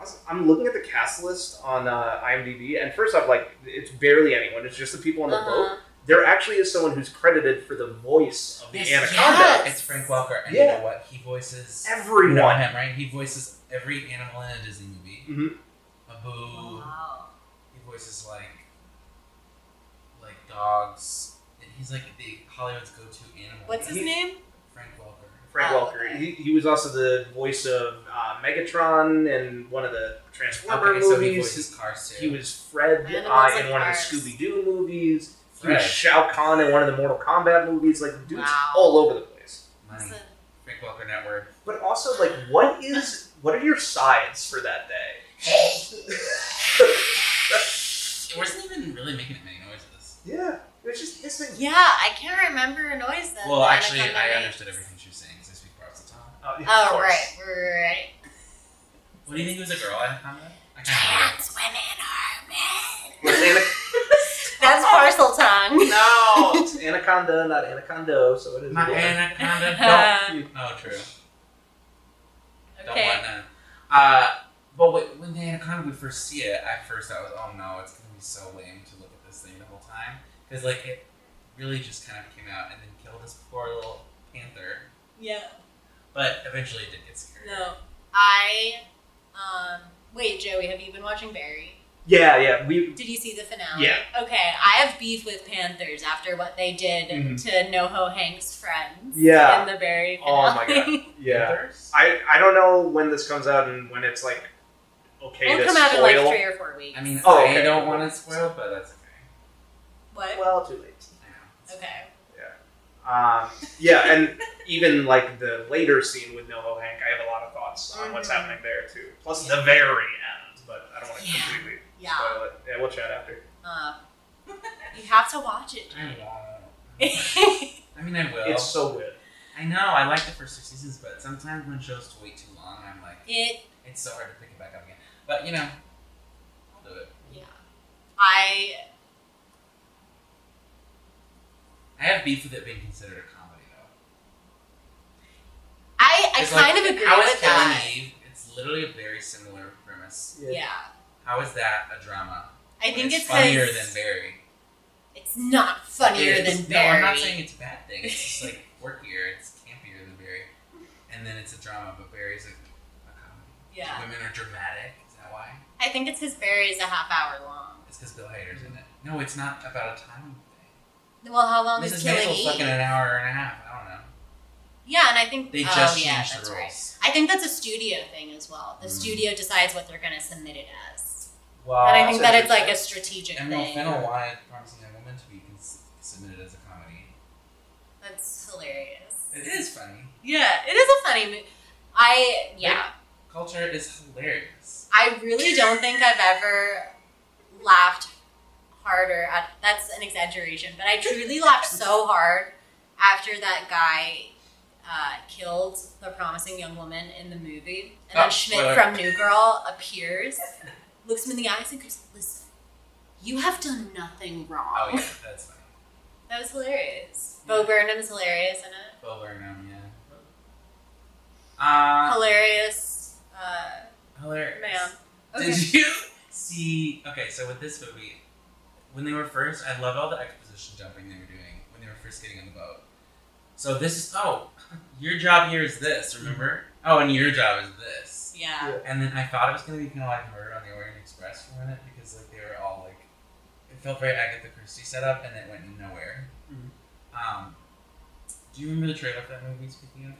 Speaker 3: Also, I'm looking at the cast list on uh, IMDb, and first off, like it's barely anyone. It's just the people on the boat.
Speaker 1: Uh-huh.
Speaker 3: There actually is someone who's credited for the voice of the
Speaker 2: Yes,
Speaker 3: anaconda.
Speaker 1: yes.
Speaker 2: It's Frank Welker, and you
Speaker 3: Yeah.
Speaker 2: know what? He voices you know
Speaker 3: Everyone.
Speaker 2: him, right? He voices every animal in a Disney movie.
Speaker 3: Mhm.
Speaker 2: Abu.
Speaker 1: Uh-huh. Wow.
Speaker 2: He voices like like dogs. And he's like the Hollywood's go-to animal.
Speaker 1: What's his
Speaker 3: He-
Speaker 1: name?
Speaker 2: Frank Welker.
Speaker 3: Frank
Speaker 1: Oh,
Speaker 3: Welker.
Speaker 1: okay.
Speaker 3: He, he was also the voice of uh, Megatron and one of the Transformer
Speaker 2: Okay, so he
Speaker 3: movies.
Speaker 2: voices cars too.
Speaker 3: He was Fred
Speaker 1: Animals
Speaker 3: uh, in
Speaker 1: and
Speaker 3: one of the
Speaker 1: Cars.
Speaker 3: Scooby Doo movies. He
Speaker 2: Fred.
Speaker 3: was Shao Kahn in one of the Mortal Kombat movies. Like, dude's
Speaker 1: Wow.
Speaker 3: all over the place.
Speaker 2: Money. Frank Welker net worth.
Speaker 3: But also, like, what is what are your sides for that day?
Speaker 2: It wasn't even really making that many noises.
Speaker 3: yeah, it was just hissing.
Speaker 1: Yeah, I can't remember a noise that.
Speaker 2: Well,
Speaker 1: that
Speaker 2: actually,
Speaker 1: come to
Speaker 2: I
Speaker 1: mind.
Speaker 2: understood everything she was saying because I speak Provincetown.
Speaker 3: Oh, yeah, of
Speaker 1: Oh,
Speaker 3: course.
Speaker 1: right, right.
Speaker 2: What do you think was a girl anaconda? I can't
Speaker 1: Trans women are men.
Speaker 3: It was Ana-
Speaker 1: That's parcel tongue.
Speaker 3: no, oh, it's Anaconda, not Anacondo, so it is.
Speaker 2: remember. My
Speaker 3: a woman.
Speaker 2: anaconda. Don't.
Speaker 1: Uh,
Speaker 2: Oh, true. Don't
Speaker 1: okay.
Speaker 2: want that. Uh, but when, when the anaconda would first see it, at first I was, oh no, it's gonna be so lame to look at this thing the whole time because like it really just kind of came out and then killed this poor little panther.
Speaker 1: Yeah.
Speaker 2: But eventually it did get scared.
Speaker 1: No. I. Um. Wait, Joey, have you been watching Barry?
Speaker 3: Yeah, yeah, we.
Speaker 1: Did you see the finale?
Speaker 3: Yeah.
Speaker 1: Okay, I have beef with Panthers after what they did
Speaker 3: Mhm.
Speaker 1: to NoHo Hank's friends
Speaker 3: Yeah.
Speaker 1: in the Barry finale.
Speaker 3: Oh my god. Yeah.
Speaker 2: Panthers?
Speaker 3: I I don't know when this comes out and when it's like okay
Speaker 1: It'll
Speaker 3: to
Speaker 1: come out in
Speaker 3: spoil.
Speaker 1: like three or four weeks.
Speaker 2: I mean,
Speaker 3: Oh,
Speaker 2: I
Speaker 3: okay.
Speaker 2: don't want to spoil, but that's okay.
Speaker 1: what?
Speaker 3: Well, too late.
Speaker 2: I know.
Speaker 1: Okay.
Speaker 3: Um, yeah, and even like the later scene with Noho Hank, I have a lot of thoughts on what's
Speaker 1: Mhm.
Speaker 3: happening there too. Plus the very end, but I don't want to
Speaker 1: Yeah.
Speaker 3: completely
Speaker 1: Yeah.
Speaker 3: spoil it. Yeah, we'll chat after.
Speaker 1: Uh, you have to watch it.
Speaker 2: I won't.
Speaker 1: Jake.
Speaker 2: I mean, I will.
Speaker 3: It's so good.
Speaker 2: I know. I like the first two seasons, but sometimes when shows wait too long, I'm like,
Speaker 1: it
Speaker 2: it's so hard to pick it back up again. But you know, I'll do it.
Speaker 1: Yeah. I
Speaker 2: I have beef with it being considered a comedy though.
Speaker 1: I, I
Speaker 2: It's
Speaker 1: kind
Speaker 2: like,
Speaker 1: of agree
Speaker 2: how is
Speaker 1: with
Speaker 2: Killing
Speaker 1: that.
Speaker 2: Eve? It's literally a very similar premise.
Speaker 1: Yeah.
Speaker 2: How is that a drama?
Speaker 1: I
Speaker 2: When
Speaker 1: think
Speaker 2: it's
Speaker 1: it's
Speaker 2: funnier
Speaker 1: because
Speaker 2: than Barry.
Speaker 1: It's not funnier
Speaker 2: It is.
Speaker 1: than
Speaker 2: no,
Speaker 1: Barry.
Speaker 2: I'm not saying it's a bad thing. It's just like quirkier. It's campier than Barry. And then it's a drama, but Barry's like a comedy.
Speaker 1: yeah.
Speaker 2: Women are dramatic. Is that why?
Speaker 1: I think it's because Barry is a half hour long.
Speaker 2: It's because Bill Hader's in it. No, it's not about a time thing.
Speaker 1: Well, how long is
Speaker 2: Mrs.
Speaker 1: Killing
Speaker 2: Maisel
Speaker 1: Eve?
Speaker 2: fucking an hour and a half. I don't know.
Speaker 1: Yeah, and I think
Speaker 2: They
Speaker 1: oh,
Speaker 2: just
Speaker 1: yeah,
Speaker 2: changed
Speaker 1: that's
Speaker 2: the
Speaker 1: right.
Speaker 2: rules.
Speaker 1: I think that's a studio thing as well. The
Speaker 2: Mm.
Speaker 1: studio decides what they're going to submit it as,
Speaker 2: Wow.
Speaker 1: and I think
Speaker 3: that's
Speaker 1: that it's like a
Speaker 3: interesting.
Speaker 1: strategic
Speaker 2: Emerald
Speaker 1: thing.
Speaker 2: Fennel wanted Promising Young Woman to be cons- submitted as a comedy.
Speaker 1: That's hilarious.
Speaker 2: It is funny.
Speaker 1: Yeah, it is a funny movie. I yeah.
Speaker 2: culture is hilarious.
Speaker 1: I really don't think I've ever laughed harder. At, that's an exaggeration, but I truly laughed so hard after that guy uh, killed the promising young woman in the movie, and
Speaker 2: Oh,
Speaker 1: then Schmidt
Speaker 2: spoiler.
Speaker 1: from New Girl appears, looks him in the eyes, and goes, "Listen, you have done nothing wrong."
Speaker 2: Oh yeah, that's fine.
Speaker 1: That was hilarious. Bo Burnham's hilarious in it.
Speaker 2: Bo Burnham, yeah. Uh,
Speaker 1: Hilarious uh,
Speaker 2: hilarious.
Speaker 1: man. Okay.
Speaker 2: Did you see? Okay, so with this movie, when they were first, I loved all the exposition jumping they were doing when they were first getting on the boat. So this is oh, your job here is this. Remember? Oh, and your job is this.
Speaker 1: yeah.
Speaker 2: And then I thought it was gonna be kind of like Murder on the Orient Express for a minute because like they were all like, it felt very Agatha Christie setup, and it went nowhere.
Speaker 3: Mhm.
Speaker 2: Um, do you remember the trailer for that movie? Speaking of.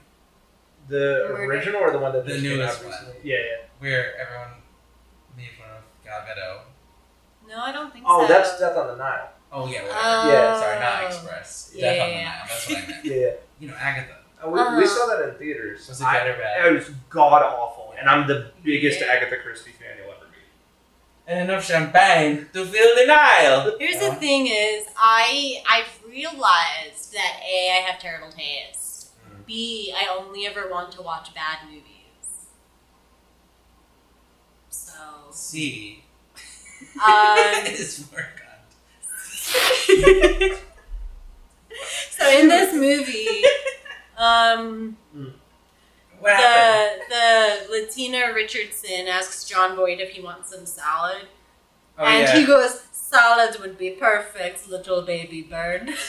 Speaker 3: The
Speaker 1: Murder.
Speaker 3: original or the one that
Speaker 2: The
Speaker 3: just came
Speaker 2: newest
Speaker 3: out
Speaker 2: one.
Speaker 3: recently? Yeah, yeah.
Speaker 2: where everyone made fun of Gal Gadot.
Speaker 1: No, I don't think
Speaker 3: Oh,
Speaker 1: so.
Speaker 3: that's Death on the Nile.
Speaker 2: Oh yeah, whatever.
Speaker 3: Yeah,
Speaker 2: Sorry, not
Speaker 1: Oh.
Speaker 2: Express.
Speaker 1: Yeah,
Speaker 2: Death on the
Speaker 1: yeah,
Speaker 2: Nile. That's what I meant.
Speaker 3: Yeah, yeah.
Speaker 2: you know, Agatha.
Speaker 3: Uh, we,
Speaker 1: Uh-huh.
Speaker 3: we saw that in theaters.
Speaker 2: Was it good or bad?
Speaker 3: I, it was god awful, and I'm the biggest
Speaker 1: Yeah.
Speaker 3: Agatha Christie fan you'll ever be.
Speaker 2: And enough champagne to fill the Nile.
Speaker 1: Here's
Speaker 2: Yeah.
Speaker 1: the thing: is I I've realized that a I have terrible taste.
Speaker 2: Mm.
Speaker 1: B I only ever want to watch bad movies. So
Speaker 2: C
Speaker 1: um,
Speaker 2: is for God.
Speaker 1: so in this movie, um,
Speaker 2: What happened?
Speaker 1: the the Latina Richardson asks John Boyd if he wants some salad,
Speaker 2: Oh
Speaker 1: and
Speaker 2: yeah.
Speaker 1: he goes, "Salad would be perfect, little baby bird."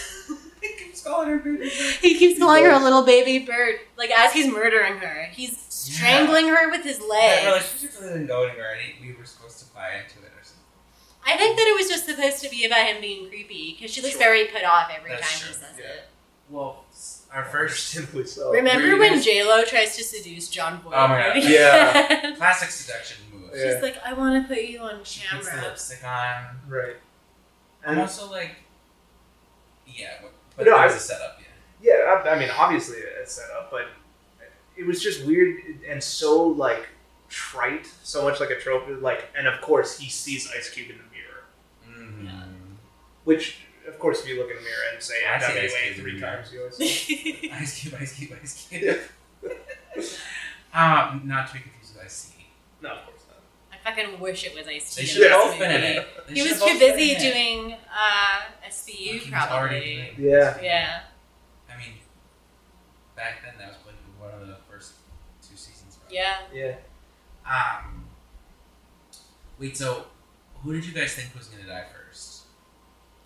Speaker 2: He keeps calling her baby.
Speaker 1: He keeps calling her a little baby bird, like as he's murdering her. He's strangling her with his
Speaker 2: That
Speaker 1: leg.
Speaker 2: relationship really didn't go anywhere. and We were supposed to buy into it or something.
Speaker 1: I think that it was just supposed to be about him being creepy because she looks
Speaker 3: Sure.
Speaker 1: very put off every
Speaker 2: That's
Speaker 1: time he
Speaker 2: true,
Speaker 1: says
Speaker 3: yeah.
Speaker 1: it.
Speaker 2: Well, our first
Speaker 3: simply so.
Speaker 1: Remember
Speaker 2: Weird.
Speaker 1: when J Lo tries to seduce John Boyd?
Speaker 2: Oh my God.
Speaker 3: Yeah.
Speaker 2: classic seduction move.
Speaker 3: Yeah.
Speaker 1: She's like, I want to put you on
Speaker 2: Puts the
Speaker 1: camera.
Speaker 2: lipstick on.
Speaker 3: Right.
Speaker 2: I'm
Speaker 3: And
Speaker 2: also like, yeah, but- but
Speaker 3: No,
Speaker 2: it was
Speaker 3: I-
Speaker 2: a setup. Yeah.
Speaker 3: yeah, I, I mean, obviously it's set up, but it was just weird and so like trite, so much like a trope. Like, and of course he sees Ice Cube in the mirror,
Speaker 2: Mm.
Speaker 3: which of course if you look in the mirror and say
Speaker 2: I see
Speaker 3: "That
Speaker 2: Ice
Speaker 3: way"
Speaker 2: Cube in
Speaker 3: three
Speaker 2: the mirror.
Speaker 3: times, you always say.
Speaker 2: Ice Cube, Ice Cube, Ice Cube. um, not to be confused with Ice Cube.
Speaker 3: no, of course not.
Speaker 1: I fucking wish it was Ice
Speaker 2: They
Speaker 1: T. in
Speaker 2: should have
Speaker 1: this
Speaker 2: both been in
Speaker 1: movie.
Speaker 2: it. They
Speaker 1: He
Speaker 2: should
Speaker 1: was
Speaker 2: have both
Speaker 1: too
Speaker 2: been
Speaker 1: busy
Speaker 2: in it.
Speaker 1: doing uh,
Speaker 2: He
Speaker 1: SVU
Speaker 2: was already
Speaker 1: probably.
Speaker 2: doing it.
Speaker 3: Yeah.
Speaker 1: Yeah.
Speaker 2: I mean, back then that was like one of the first two seasons. Probably.
Speaker 1: Yeah.
Speaker 3: Yeah.
Speaker 2: Um. Wait. So, who did you guys think was gonna die first?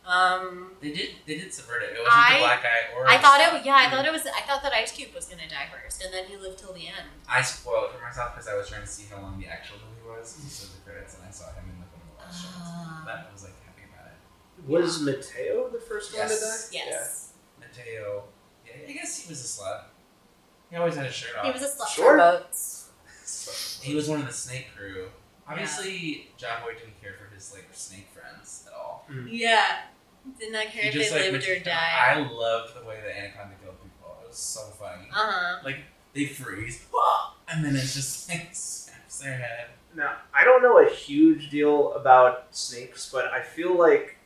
Speaker 1: Um.
Speaker 2: They did. They did subvert it. It wasn't
Speaker 1: I-
Speaker 2: the black guy or.
Speaker 1: I
Speaker 2: the
Speaker 1: thought
Speaker 2: son.
Speaker 1: it. Yeah, I thought it was. I thought that Ice Cube was gonna die first, and then he lived till the end.
Speaker 2: I spoiled for myself because I was trying to see how long the actual movie was. So the credits, and I saw him in the one of the last shots.
Speaker 1: Ah. Uh,
Speaker 2: That I was like happy about it.
Speaker 3: Was Mateo the first one to die?
Speaker 2: Yes.
Speaker 1: yes,
Speaker 2: Mateo. Yeah, I guess he was a slut. He always had a shirt off.
Speaker 1: he was a slut for
Speaker 3: Sure.
Speaker 1: boats.
Speaker 2: He was one of the snake crew. Obviously, John Boy didn't care for his like snake friends at all.
Speaker 1: Yeah, did not care
Speaker 2: He
Speaker 1: if
Speaker 2: just
Speaker 1: they
Speaker 2: like
Speaker 1: lived
Speaker 2: would-
Speaker 1: or died.
Speaker 2: I loved the way that Anaconda killed people. It was so funny.
Speaker 1: Uh huh.
Speaker 2: They freeze, and then it's just like snaps their head.
Speaker 3: Now, I don't know a huge deal about snakes, but I feel like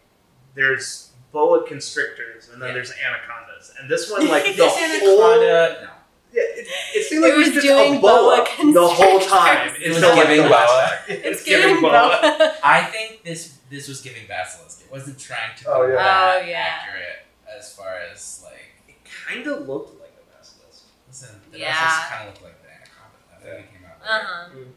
Speaker 3: there's boa constrictors and then
Speaker 2: Yeah.
Speaker 3: there's anacondas. And this one, like, the
Speaker 1: This
Speaker 3: whole. Yeah,
Speaker 2: Anaconda. No.
Speaker 3: it, it seemed like
Speaker 1: It
Speaker 3: it was
Speaker 1: was
Speaker 3: just
Speaker 1: doing
Speaker 3: a boa
Speaker 1: boa
Speaker 3: the whole time.
Speaker 1: constrictors.
Speaker 2: It was
Speaker 3: until, like,
Speaker 2: giving
Speaker 3: the last
Speaker 2: boa.
Speaker 3: act. It
Speaker 1: It's
Speaker 3: was giving
Speaker 1: giving
Speaker 3: boa.
Speaker 1: boat.
Speaker 2: I think this this was giving basilisk. It wasn't trying to be
Speaker 3: Oh, yeah.
Speaker 2: that
Speaker 1: Oh, yeah.
Speaker 2: accurate as far as like
Speaker 3: It kind of looked like a basilisk.
Speaker 2: Listen, the
Speaker 1: Yeah.
Speaker 2: yeah. kind of look like the anaconda. That movie came out
Speaker 1: Uh
Speaker 2: later.
Speaker 1: huh.
Speaker 3: Mm.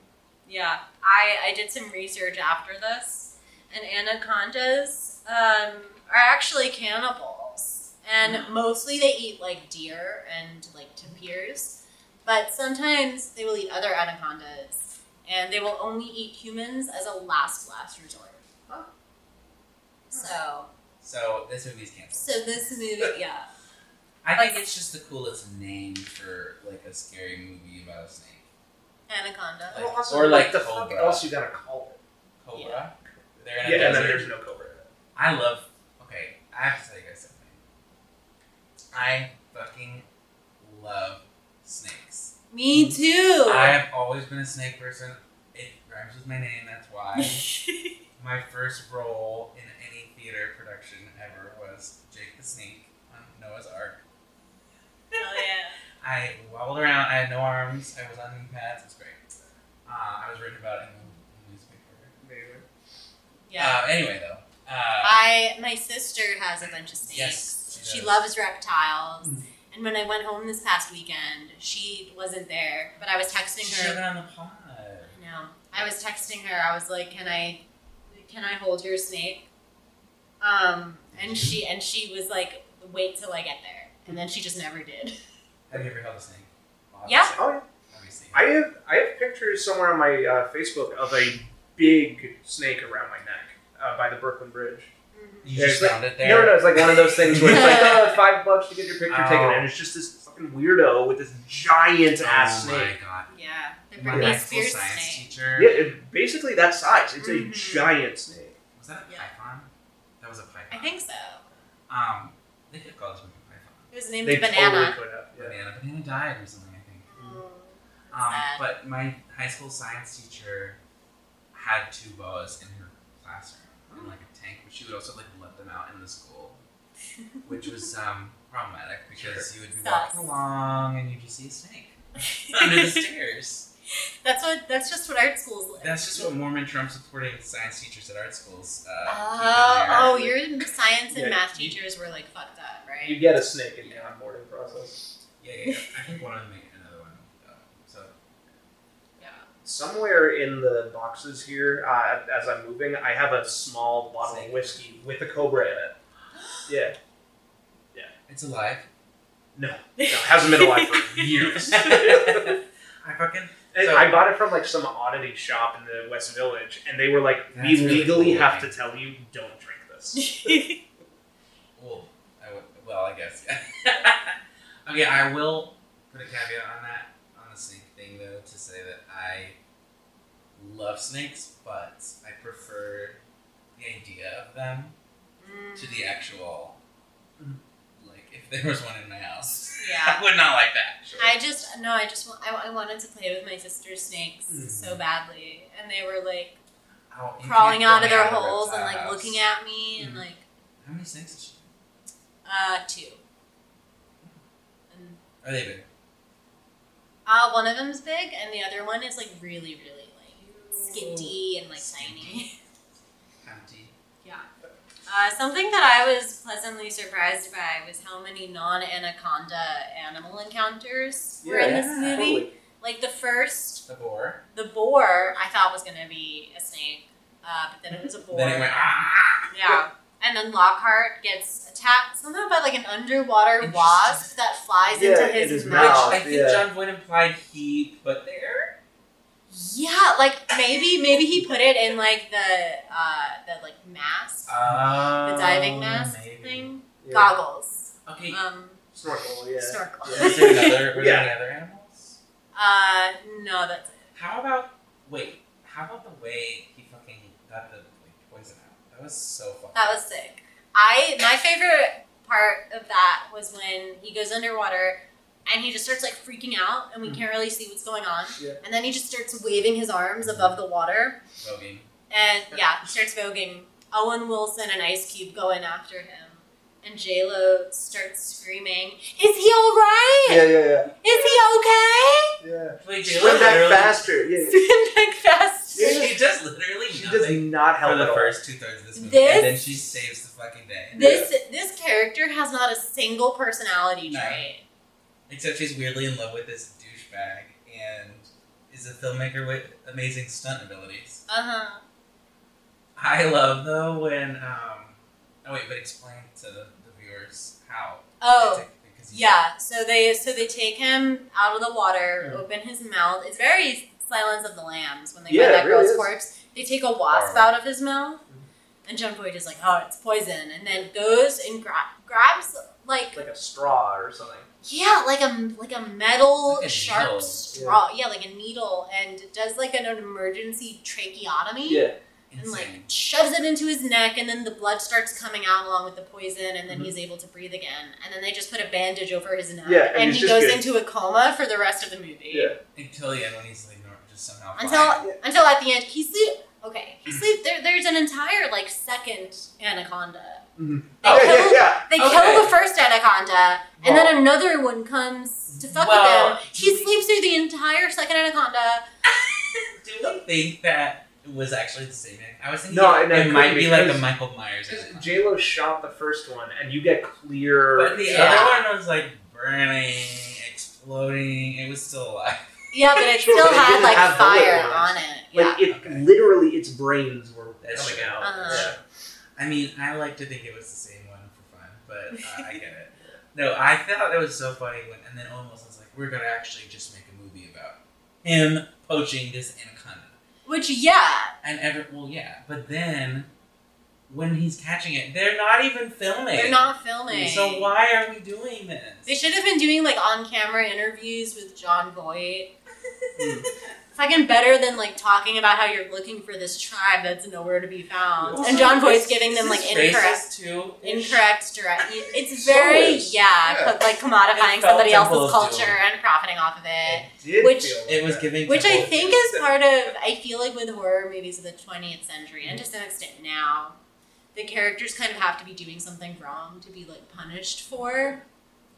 Speaker 1: Yeah, I I did some research after this, and anacondas um, are actually cannibals, and
Speaker 2: Mm.
Speaker 1: mostly they eat like deer and like tapirs, but sometimes they will eat other anacondas, and they will only eat humans as a last last resort.
Speaker 3: Huh.
Speaker 1: So,
Speaker 2: So this movie's canceled.
Speaker 1: so this movie, yeah,
Speaker 2: I
Speaker 1: like-
Speaker 2: think it's just the coolest name for like a scary movie about a snake.
Speaker 1: anaconda.
Speaker 2: Like-
Speaker 3: Well, also,
Speaker 2: or, like,
Speaker 3: the fuck
Speaker 2: cobra.
Speaker 3: else you gotta call it?
Speaker 2: Cobra. They're in a
Speaker 3: Yeah, and then
Speaker 2: desert.
Speaker 3: there's no cobra.
Speaker 2: I love. Okay, I have to tell you guys something. I fucking love snakes.
Speaker 1: Me too.
Speaker 2: I have always been a snake person. It rhymes with my name, that's why. my first role in any theater production ever was Jake the Snake on Noah's Ark.
Speaker 1: oh yeah.
Speaker 2: I wobbled around, I had no arms, I was on knee pads, it was great. Uh, I was written about in the newspaper.
Speaker 3: Amazing.
Speaker 1: Yeah.
Speaker 2: Uh, anyway, though. Uh,
Speaker 1: I my sister has a bunch of snakes.
Speaker 2: Yes, she
Speaker 1: she
Speaker 2: does.
Speaker 1: loves reptiles.
Speaker 2: Mm.
Speaker 1: And when I went home this past weekend, she wasn't there, but I was texting
Speaker 2: she
Speaker 1: her.
Speaker 2: should have been on the pod.
Speaker 1: No, I was texting her. I was like, "Can I, can I hold your snake?" Um, and she
Speaker 2: Mm-hmm.
Speaker 1: and she was like, "Wait till I get there," and then she just never did.
Speaker 2: Have you ever held a snake?
Speaker 1: Yeah.
Speaker 2: Obviously.
Speaker 3: Oh yeah.
Speaker 2: Obviously.
Speaker 3: I have I have pictures somewhere on my uh, Facebook of a big snake around my neck uh, by the Brooklyn Bridge.
Speaker 2: you
Speaker 3: There's
Speaker 2: just
Speaker 3: like-
Speaker 2: found it
Speaker 3: No,
Speaker 2: there.
Speaker 3: no, no, it's like one of those things where it's like oh, five bucks to get your picture taken,
Speaker 2: Oh.
Speaker 3: and it's just this fucking weirdo with this giant ass
Speaker 2: oh
Speaker 3: snake.
Speaker 2: my god.
Speaker 1: Yeah, the
Speaker 2: My
Speaker 1: Britney
Speaker 2: high school
Speaker 1: Spears
Speaker 2: science
Speaker 1: snake.
Speaker 2: teacher.
Speaker 3: Yeah, it, basically that size. It's a
Speaker 1: Mhm.
Speaker 3: giant snake.
Speaker 2: Was that a
Speaker 1: Yeah.
Speaker 2: python? That was a python.
Speaker 1: I think so.
Speaker 2: Um, they could call this movie python.
Speaker 1: It was named
Speaker 3: they totally
Speaker 1: Banana.
Speaker 3: could have. Yeah.
Speaker 2: Banana. Banana died or something. I think.
Speaker 1: Oh, that's
Speaker 2: Um,
Speaker 1: sad.
Speaker 2: but my high school science teacher had two boas in her classroom in like a tank, but she would also like let them out in the school, which was um, problematic because you would be
Speaker 1: Sus.
Speaker 2: walking along and you just see a snake under the stairs.
Speaker 1: that's what. That's just what art schools like.
Speaker 2: That's just what Mormon Trump supporting science teachers at art schools. Uh,
Speaker 1: Oh, oh,
Speaker 2: keep in
Speaker 1: your science and
Speaker 3: Yeah,
Speaker 1: math
Speaker 2: you-
Speaker 1: teachers were like fucked up, right?
Speaker 3: You get a snake in the onboarding process.
Speaker 2: there. Yeah, yeah, yeah. I think one of them made another one. Uh, so
Speaker 1: yeah.
Speaker 3: Somewhere in the boxes here, uh, as I'm moving, I have a small bottle
Speaker 2: Snake.
Speaker 3: of whiskey with a cobra in it. Yeah.
Speaker 2: it's alive.
Speaker 3: No, no, it hasn't been alive for years. and
Speaker 2: I fucking So-
Speaker 3: I bought it from like some oddity shop in the West Village, and they were like,
Speaker 2: That's
Speaker 3: "We
Speaker 2: really
Speaker 3: legally
Speaker 2: cool.
Speaker 3: have to tell you, don't drink this."
Speaker 2: Well, I would, well, I guess. Yeah. okay, I will put a caveat on that on the snake thing though to say that I love snakes, but I prefer the idea of them to the actual.
Speaker 3: Mhm.
Speaker 2: Like, if there was one in my house,
Speaker 1: Yeah.
Speaker 2: I would not like that. Sure.
Speaker 1: I just no, I just wa- I, I wanted to play with my sister's snakes
Speaker 3: Mhm.
Speaker 1: so badly, and they were like
Speaker 2: Ow, you
Speaker 1: crawling
Speaker 2: can't
Speaker 1: out
Speaker 2: go
Speaker 1: of their
Speaker 2: the
Speaker 1: holes and
Speaker 2: reptile
Speaker 1: like
Speaker 2: house.
Speaker 1: looking at me and
Speaker 3: Mm-hmm.
Speaker 2: Mhm.
Speaker 1: like
Speaker 2: How many snakes is she?
Speaker 1: uh two. And
Speaker 2: Are they big?
Speaker 1: uh, one of them's big, and the other one is like really, really like skinty and like tiny.
Speaker 2: County.
Speaker 1: Yeah. Uh, something that I was pleasantly surprised by was how many non-anaconda animal encounters were in this
Speaker 2: Yeah.
Speaker 1: movie. Like the first
Speaker 2: The boar.
Speaker 1: the boar I thought was gonna be a snake, uh, but then it was a boar.
Speaker 2: Then it went ah.
Speaker 1: yeah. And then Lockhart gets attacked somehow by like an underwater
Speaker 2: Interesting.
Speaker 1: wasp that flies
Speaker 3: Yeah,
Speaker 1: into
Speaker 3: in
Speaker 1: his,
Speaker 3: his
Speaker 2: Which
Speaker 1: mouth.
Speaker 3: mouth.
Speaker 2: I think
Speaker 3: yeah.
Speaker 2: John Voight implied he put there.
Speaker 1: Yeah, like maybe maybe he put it in like the uh, the like mask,
Speaker 2: Oh,
Speaker 1: the diving mask thing,
Speaker 3: Yeah.
Speaker 1: goggles,
Speaker 2: Okay.
Speaker 1: um,
Speaker 3: Snorkel. Yeah.
Speaker 1: snorkel.
Speaker 3: Yeah.
Speaker 2: Was there another? Were
Speaker 3: Yeah.
Speaker 2: there any other animals?
Speaker 1: uh, no, that's it.
Speaker 2: How about wait? How about the way he fucking got the like, poison out? That was so fucking.
Speaker 1: That was sick. I my favorite part of that was when he goes underwater and he just starts like freaking out and we can't really see what's going on.
Speaker 3: Mm. Yeah. Mm-hmm.
Speaker 1: And then he just starts waving his arms above the water
Speaker 2: Voguing.
Speaker 1: and yeah, he starts voguing. Owen Wilson and Ice Cube go in after him. And J Lo starts screaming, Is he alright?
Speaker 3: Yeah, yeah,
Speaker 1: Is he okay?
Speaker 3: yeah, yeah.
Speaker 2: Wait, J-Lo
Speaker 3: Swim back
Speaker 2: literally-
Speaker 3: faster. Yeah, yeah.
Speaker 1: Swim back fast.
Speaker 3: Yeah.
Speaker 2: She does literally
Speaker 3: she does
Speaker 2: nothing
Speaker 3: not help
Speaker 2: for the
Speaker 3: at all.
Speaker 2: first two thirds of this movie,
Speaker 1: This-
Speaker 2: and then she saves the fucking day.
Speaker 1: This this character has not a single personality
Speaker 2: No.
Speaker 1: trait.
Speaker 2: Except she's weirdly in love with this douchebag and is a filmmaker with amazing stunt abilities.
Speaker 1: Uh-huh.
Speaker 2: I love though when um oh wait, but explain to the, the viewers how.
Speaker 1: Oh.
Speaker 2: because he's-
Speaker 1: Yeah, so they so they take him out of the water,
Speaker 3: Yeah.
Speaker 1: open his mouth. It's very Silence of the Lambs when they
Speaker 3: Yeah,
Speaker 1: find that
Speaker 3: it really
Speaker 1: girl's
Speaker 3: is.
Speaker 1: corpse. They take a wasp
Speaker 2: Horrible.
Speaker 1: out of his mouth, and John Boyd is like, "Oh, it's poison," and then goes and gra- grabs like
Speaker 3: Like a straw or something.
Speaker 1: yeah, like a like a metal
Speaker 2: It's like a
Speaker 1: sharp
Speaker 2: needle.
Speaker 1: straw, yeah. like a needle, and does like an emergency tracheotomy.
Speaker 3: Yeah.
Speaker 1: and like
Speaker 2: Insane.
Speaker 1: shoves it into his neck and then the blood starts coming out along with the poison and then
Speaker 3: Mhm.
Speaker 1: he's able to breathe again and then they just put a bandage over his neck
Speaker 3: Yeah, and he's
Speaker 1: he
Speaker 3: just
Speaker 1: goes
Speaker 3: good.
Speaker 1: into a coma for the rest of the movie
Speaker 3: Yeah.
Speaker 2: Until the end when he's like nor- just somehow
Speaker 1: until
Speaker 2: fine.
Speaker 1: until at the end he sleep okay
Speaker 3: Mm-hmm.
Speaker 1: he sleep there, there's an entire like second anaconda
Speaker 3: Mhm.
Speaker 1: they
Speaker 2: Okay,
Speaker 1: kill
Speaker 3: yeah, yeah.
Speaker 1: they
Speaker 2: Okay.
Speaker 1: kill the first anaconda
Speaker 2: Well-
Speaker 1: and then another one comes to fuck
Speaker 2: Well,
Speaker 1: with him he
Speaker 2: do we-
Speaker 1: sleeps through the entire second anaconda
Speaker 2: Do you think that it was actually the same? thing? I was thinking
Speaker 3: No,
Speaker 2: it,
Speaker 3: and that
Speaker 2: it might
Speaker 3: could
Speaker 2: be
Speaker 3: be
Speaker 2: like a
Speaker 3: because-
Speaker 2: Michael Myers.
Speaker 3: Because
Speaker 2: anaconda.
Speaker 3: J Lo shot the first one, and you get clear.
Speaker 2: But the
Speaker 1: Yeah.
Speaker 2: other one was like burning, exploding. It was still alive.
Speaker 1: yeah but it
Speaker 3: Sure,
Speaker 1: still
Speaker 3: but it
Speaker 1: had
Speaker 3: didn't
Speaker 1: like
Speaker 3: have bullet
Speaker 1: fire
Speaker 3: holes.
Speaker 1: on it yeah
Speaker 3: like it
Speaker 2: Okay.
Speaker 3: literally, its brains were
Speaker 2: That's
Speaker 3: coming
Speaker 2: true.
Speaker 3: out.
Speaker 1: Uh-huh.
Speaker 2: I mean, I like to think it was the same one for fun, but uh, I get it. No, I thought it was so funny when, and then almost I was like, we're gonna actually just make a movie about him poaching this anaconda.
Speaker 1: which yeah
Speaker 2: And ever, well, yeah, but then when he's catching it, they're not even filming.
Speaker 1: They're not filming.
Speaker 2: So why are we doing this?
Speaker 1: They should have been doing like on camera interviews with John Voight.
Speaker 3: Hmm.
Speaker 1: Fucking better than like talking about how you're looking for this tribe that's nowhere to be found.
Speaker 2: Also,
Speaker 1: and John Voight's
Speaker 2: this-
Speaker 1: giving them
Speaker 2: this
Speaker 1: like
Speaker 2: is
Speaker 1: incorrect
Speaker 2: racist too.
Speaker 1: incorrect direct it's
Speaker 3: So
Speaker 1: very
Speaker 3: is.
Speaker 1: yeah,
Speaker 3: Yeah.
Speaker 1: co- like commodifying
Speaker 2: It felt
Speaker 1: somebody
Speaker 2: Temple
Speaker 1: else's
Speaker 2: of
Speaker 1: culture
Speaker 2: Doom.
Speaker 1: and profiting off of it.
Speaker 3: It did
Speaker 1: Which-
Speaker 3: feel like
Speaker 2: It was
Speaker 3: that.
Speaker 2: giving.
Speaker 1: Which I
Speaker 2: people-
Speaker 1: think is part of I feel like with horror movies of the twentieth century and to some extent now, the characters kind of have to be doing something wrong to be like punished for.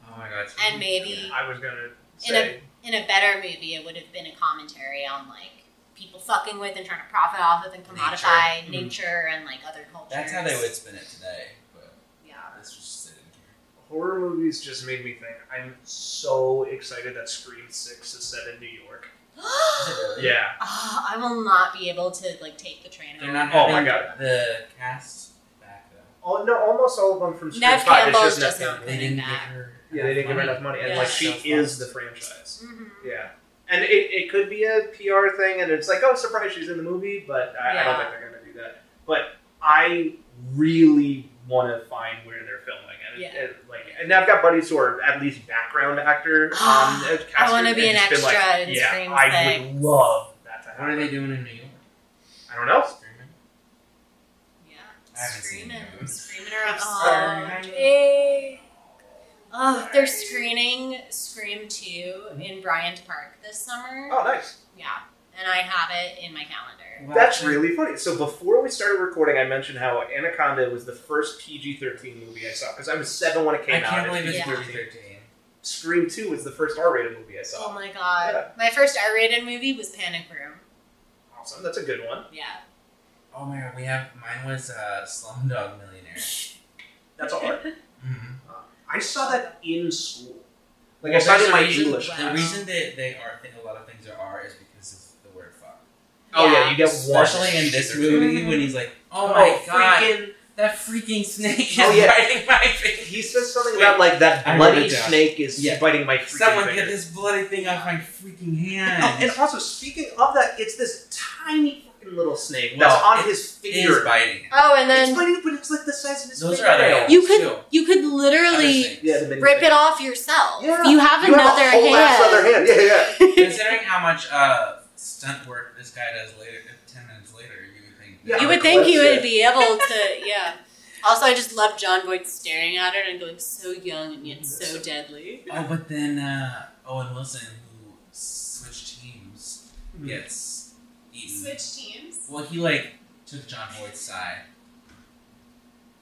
Speaker 2: Oh my god. it's
Speaker 1: And
Speaker 2: really-
Speaker 1: maybe
Speaker 3: I was gonna
Speaker 1: In
Speaker 3: say.
Speaker 1: in a better movie, it would have been a commentary on like people fucking with and trying to profit off of and commodify
Speaker 3: Mhm.
Speaker 1: nature, and like other cultures.
Speaker 2: Mm-hmm. That's how they would spin it today, but
Speaker 1: Yeah.
Speaker 2: that's just they didn't care.
Speaker 3: horror movies just made me think. I'm so excited that Scream Six is set in New York.
Speaker 2: Is it really?
Speaker 3: Yeah,
Speaker 1: Ah, I will not be able to like take the train.
Speaker 2: They're
Speaker 1: home.
Speaker 2: not.
Speaker 3: Oh my
Speaker 2: having
Speaker 3: God.
Speaker 2: The cast back though.
Speaker 3: all, no, almost all of them from Scream
Speaker 1: Nev
Speaker 3: Five. It's
Speaker 1: Campbell's just
Speaker 3: just, Nev
Speaker 1: not
Speaker 3: Campbell.
Speaker 2: They
Speaker 1: Running
Speaker 2: didn't give
Speaker 1: back.
Speaker 2: her.
Speaker 3: Yeah, they didn't give her enough money, and
Speaker 1: Yeah.
Speaker 3: like she
Speaker 2: So fun.
Speaker 3: is the franchise.
Speaker 1: Mhm.
Speaker 3: Yeah, and it, it could be a PR thing, and it's like, oh, surprise, she's in the movie. But I, I don't
Speaker 1: Yeah.
Speaker 3: think they're gonna do that. But I really want to find where they're filming, and,
Speaker 1: Yeah.
Speaker 3: and like, and I've got buddies who are at least background actor. Um,
Speaker 1: I want to be an
Speaker 3: and just been
Speaker 1: extra
Speaker 3: Like,
Speaker 1: in
Speaker 3: yeah,
Speaker 1: Scream
Speaker 3: I
Speaker 1: Six.
Speaker 3: would love that to happen.
Speaker 2: What are they doing in New York?
Speaker 3: I don't know.
Speaker 2: Screaming. I
Speaker 1: Yeah,
Speaker 2: haven't seen
Speaker 1: screaming,
Speaker 2: any of them.
Speaker 1: screaming around.
Speaker 2: Sorry.
Speaker 1: Oh, Jake. Oh, they're screening Scream Two
Speaker 2: Mm-hmm.
Speaker 1: in Bryant Park this summer.
Speaker 3: Oh, nice.
Speaker 1: Yeah, and I have it in my calendar.
Speaker 2: Well,
Speaker 3: That's
Speaker 2: actually,
Speaker 3: really funny. So before we started recording, I mentioned how Anaconda was the first PG-13 movie I saw because I was seven when it came
Speaker 2: I
Speaker 3: out.
Speaker 2: can't
Speaker 3: and
Speaker 2: believe it's
Speaker 1: Yeah.
Speaker 3: PG-13.
Speaker 2: 2013.
Speaker 3: Scream Two was the first R-rated movie I
Speaker 1: Oh
Speaker 3: saw.
Speaker 1: my god.
Speaker 3: Yeah.
Speaker 1: My first R rated movie was Panic Room.
Speaker 3: Awesome, that's a good one.
Speaker 1: Yeah.
Speaker 2: Oh my god, we have mine was uh, Slumdog Millionaire.
Speaker 3: That's all right.
Speaker 2: Mm-hmm.
Speaker 3: I saw that in school. Like I
Speaker 2: Well,
Speaker 3: saw it
Speaker 2: there's
Speaker 3: in
Speaker 2: a
Speaker 3: my
Speaker 2: reason-
Speaker 3: English.
Speaker 1: Wow.
Speaker 2: The reason that they are a lot of things are R is because of the word fuck.
Speaker 3: Oh yeah, you get one.
Speaker 2: Especially in this
Speaker 3: Or two.
Speaker 2: movie when he's like, "Oh my god,
Speaker 3: freaking-
Speaker 2: that freaking snake is
Speaker 3: Oh, yeah.
Speaker 2: biting my face."
Speaker 3: He says something
Speaker 2: Wait,
Speaker 3: about like that
Speaker 2: I wrote
Speaker 3: bloody
Speaker 2: it down.
Speaker 3: snake is
Speaker 2: Yeah.
Speaker 3: biting my freaking
Speaker 2: Someone
Speaker 3: finger.
Speaker 2: get this bloody thing off my freaking
Speaker 3: Oh,
Speaker 2: hand.
Speaker 3: and also, speaking of that, it's this tiny fucking little snake
Speaker 2: Well,
Speaker 3: that's on
Speaker 2: it
Speaker 3: his
Speaker 2: It
Speaker 3: finger.
Speaker 2: is biting it.
Speaker 1: Oh, and
Speaker 3: It's
Speaker 1: then
Speaker 3: biting, but it's like the size of his
Speaker 2: Those are
Speaker 3: fingernail.
Speaker 2: other animals
Speaker 1: You could
Speaker 2: too.
Speaker 1: you could literally
Speaker 2: Other
Speaker 3: Yeah,
Speaker 2: snakes.
Speaker 3: the mini
Speaker 1: rip
Speaker 3: snake.
Speaker 1: it off yourself.
Speaker 3: Yeah.
Speaker 1: You have
Speaker 3: You
Speaker 1: another
Speaker 3: have a whole ass other
Speaker 1: hand.
Speaker 3: hand. Yeah, yeah.
Speaker 2: Considering how much uh, stunt work this guy does later, ten minutes later, you would think. that-
Speaker 3: Yeah,
Speaker 1: you
Speaker 3: on
Speaker 1: would
Speaker 3: a
Speaker 1: think you
Speaker 3: cliff,
Speaker 1: would be able to yeah. Also I just love John Voight staring at it and going so young and yet so deadly.
Speaker 2: Oh, but then uh, Owen Wilson, who switched teams,
Speaker 3: Hmm.
Speaker 2: gets eaten.
Speaker 1: teams.
Speaker 2: Well, he like took John Boyd's side.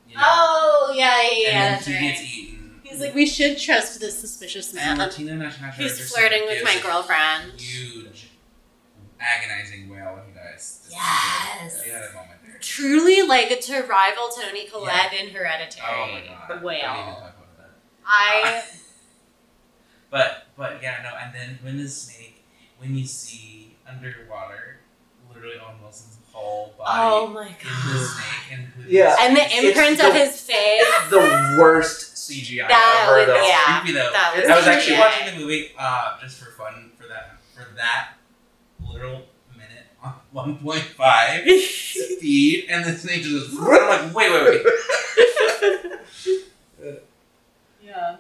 Speaker 2: You know?
Speaker 1: Oh yeah, yeah, yeah,
Speaker 2: and then
Speaker 1: that's
Speaker 2: he
Speaker 1: right.
Speaker 2: gets eaten.
Speaker 1: He's like, we should trust this suspicious
Speaker 2: and
Speaker 1: man.
Speaker 2: Latino National Treasure
Speaker 1: He's flirting with
Speaker 2: gives
Speaker 1: my
Speaker 2: a
Speaker 1: girlfriend.
Speaker 2: Huge, agonizing wail when he dies. This is
Speaker 1: Yes.
Speaker 2: good. He had a moment there.
Speaker 1: truly like to rival Tony Collette in Hereditary.
Speaker 2: Oh my god. Don't
Speaker 1: Wail.
Speaker 2: even talk about that.
Speaker 1: I
Speaker 2: But but yeah no, and then when the snake, when you see underwater, literally Owen Wilson's whole
Speaker 1: oh
Speaker 2: body
Speaker 1: my
Speaker 2: in the
Speaker 1: god.
Speaker 2: snake and who
Speaker 3: Yeah.
Speaker 1: And the
Speaker 3: It's
Speaker 1: imprint
Speaker 3: the-
Speaker 1: of his face.
Speaker 3: the worst CGI
Speaker 1: That
Speaker 3: ever,
Speaker 1: was-
Speaker 3: though.
Speaker 1: yeah.
Speaker 2: creepy though.
Speaker 1: That was,
Speaker 2: I was
Speaker 3: Yeah.
Speaker 2: actually
Speaker 1: CGI.
Speaker 2: watching the movie uh, just for fun for that for that literal minute on one point five speed, and the snake just goes, "Vroom." I'm like, wait, wait, wait.
Speaker 1: Yeah.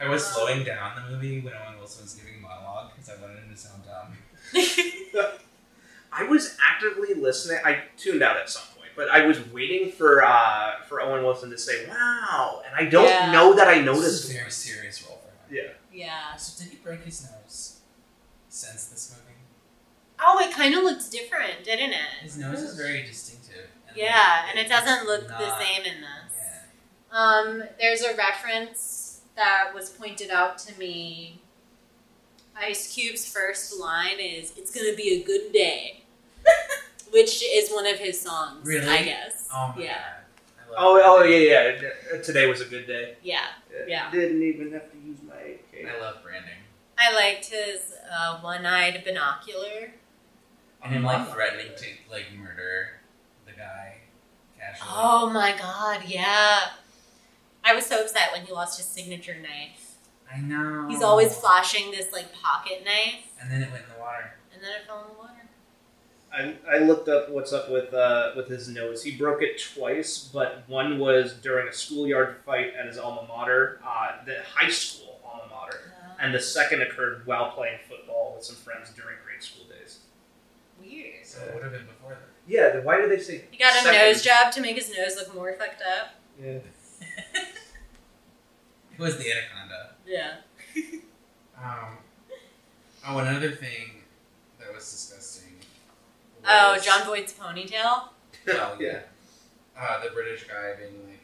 Speaker 2: I was slowing down the movie when Owen Wilson was giving monologue because I wanted him to sound dumb.
Speaker 3: I was actively listening. I tuned out at some point, but I was waiting for uh, for Owen Wilson to say "Wow," and I don't
Speaker 1: Yeah.
Speaker 3: know that I
Speaker 2: This
Speaker 3: noticed.
Speaker 2: is a very serious role for him.
Speaker 3: Yeah,
Speaker 1: Yeah.
Speaker 2: Uh, So did he break his nose since this movie?
Speaker 1: Oh, it kind of looks different, didn't it?
Speaker 2: His nose is very distinctive. And
Speaker 1: Yeah,
Speaker 2: like,
Speaker 1: and it doesn't look the
Speaker 2: not-
Speaker 1: same in this.
Speaker 2: Yeah.
Speaker 1: Um, there's a reference that was pointed out to me. Ice Cube's first line is "It's gonna be a good day," which is one of his songs.
Speaker 2: Really?
Speaker 1: I guess.
Speaker 2: Oh my
Speaker 1: yeah.
Speaker 2: god. I
Speaker 3: Oh,
Speaker 2: love
Speaker 3: oh
Speaker 2: Brandon.
Speaker 3: yeah, yeah. Today was a good day.
Speaker 1: Yeah. Yeah.
Speaker 3: Didn't even have to use my AK.
Speaker 2: I love branding.
Speaker 3: Oh,
Speaker 1: I liked his uh, one-eyed binocular.
Speaker 2: And him like threatening to like murder the guy casually.
Speaker 1: Oh my god! Yeah. I was so upset when he lost his signature knife.
Speaker 2: I know.
Speaker 1: He's always flashing this like pocket knife,
Speaker 2: And then it went in the water.
Speaker 1: and then it fell in the water.
Speaker 3: I, I looked up what's up with uh, with his nose. He broke it twice, but one was during a schoolyard fight at his alma mater, uh, the high school alma mater,
Speaker 1: Uh,
Speaker 3: and the second occurred while playing football with some friends during grade school days.
Speaker 1: weird.
Speaker 2: So it would have been before that.
Speaker 3: Yeah, then why do they say
Speaker 1: He got a
Speaker 3: second?
Speaker 1: nose job to make his nose look more fucked up.
Speaker 3: Yeah.
Speaker 2: It was the anaconda.
Speaker 1: Yeah.
Speaker 2: Um, oh, another thing that was disgusting.
Speaker 1: Oh,
Speaker 2: was-
Speaker 1: John Boyd's ponytail.
Speaker 2: Well,
Speaker 3: Yeah.
Speaker 2: yeah. Uh, the British guy being like,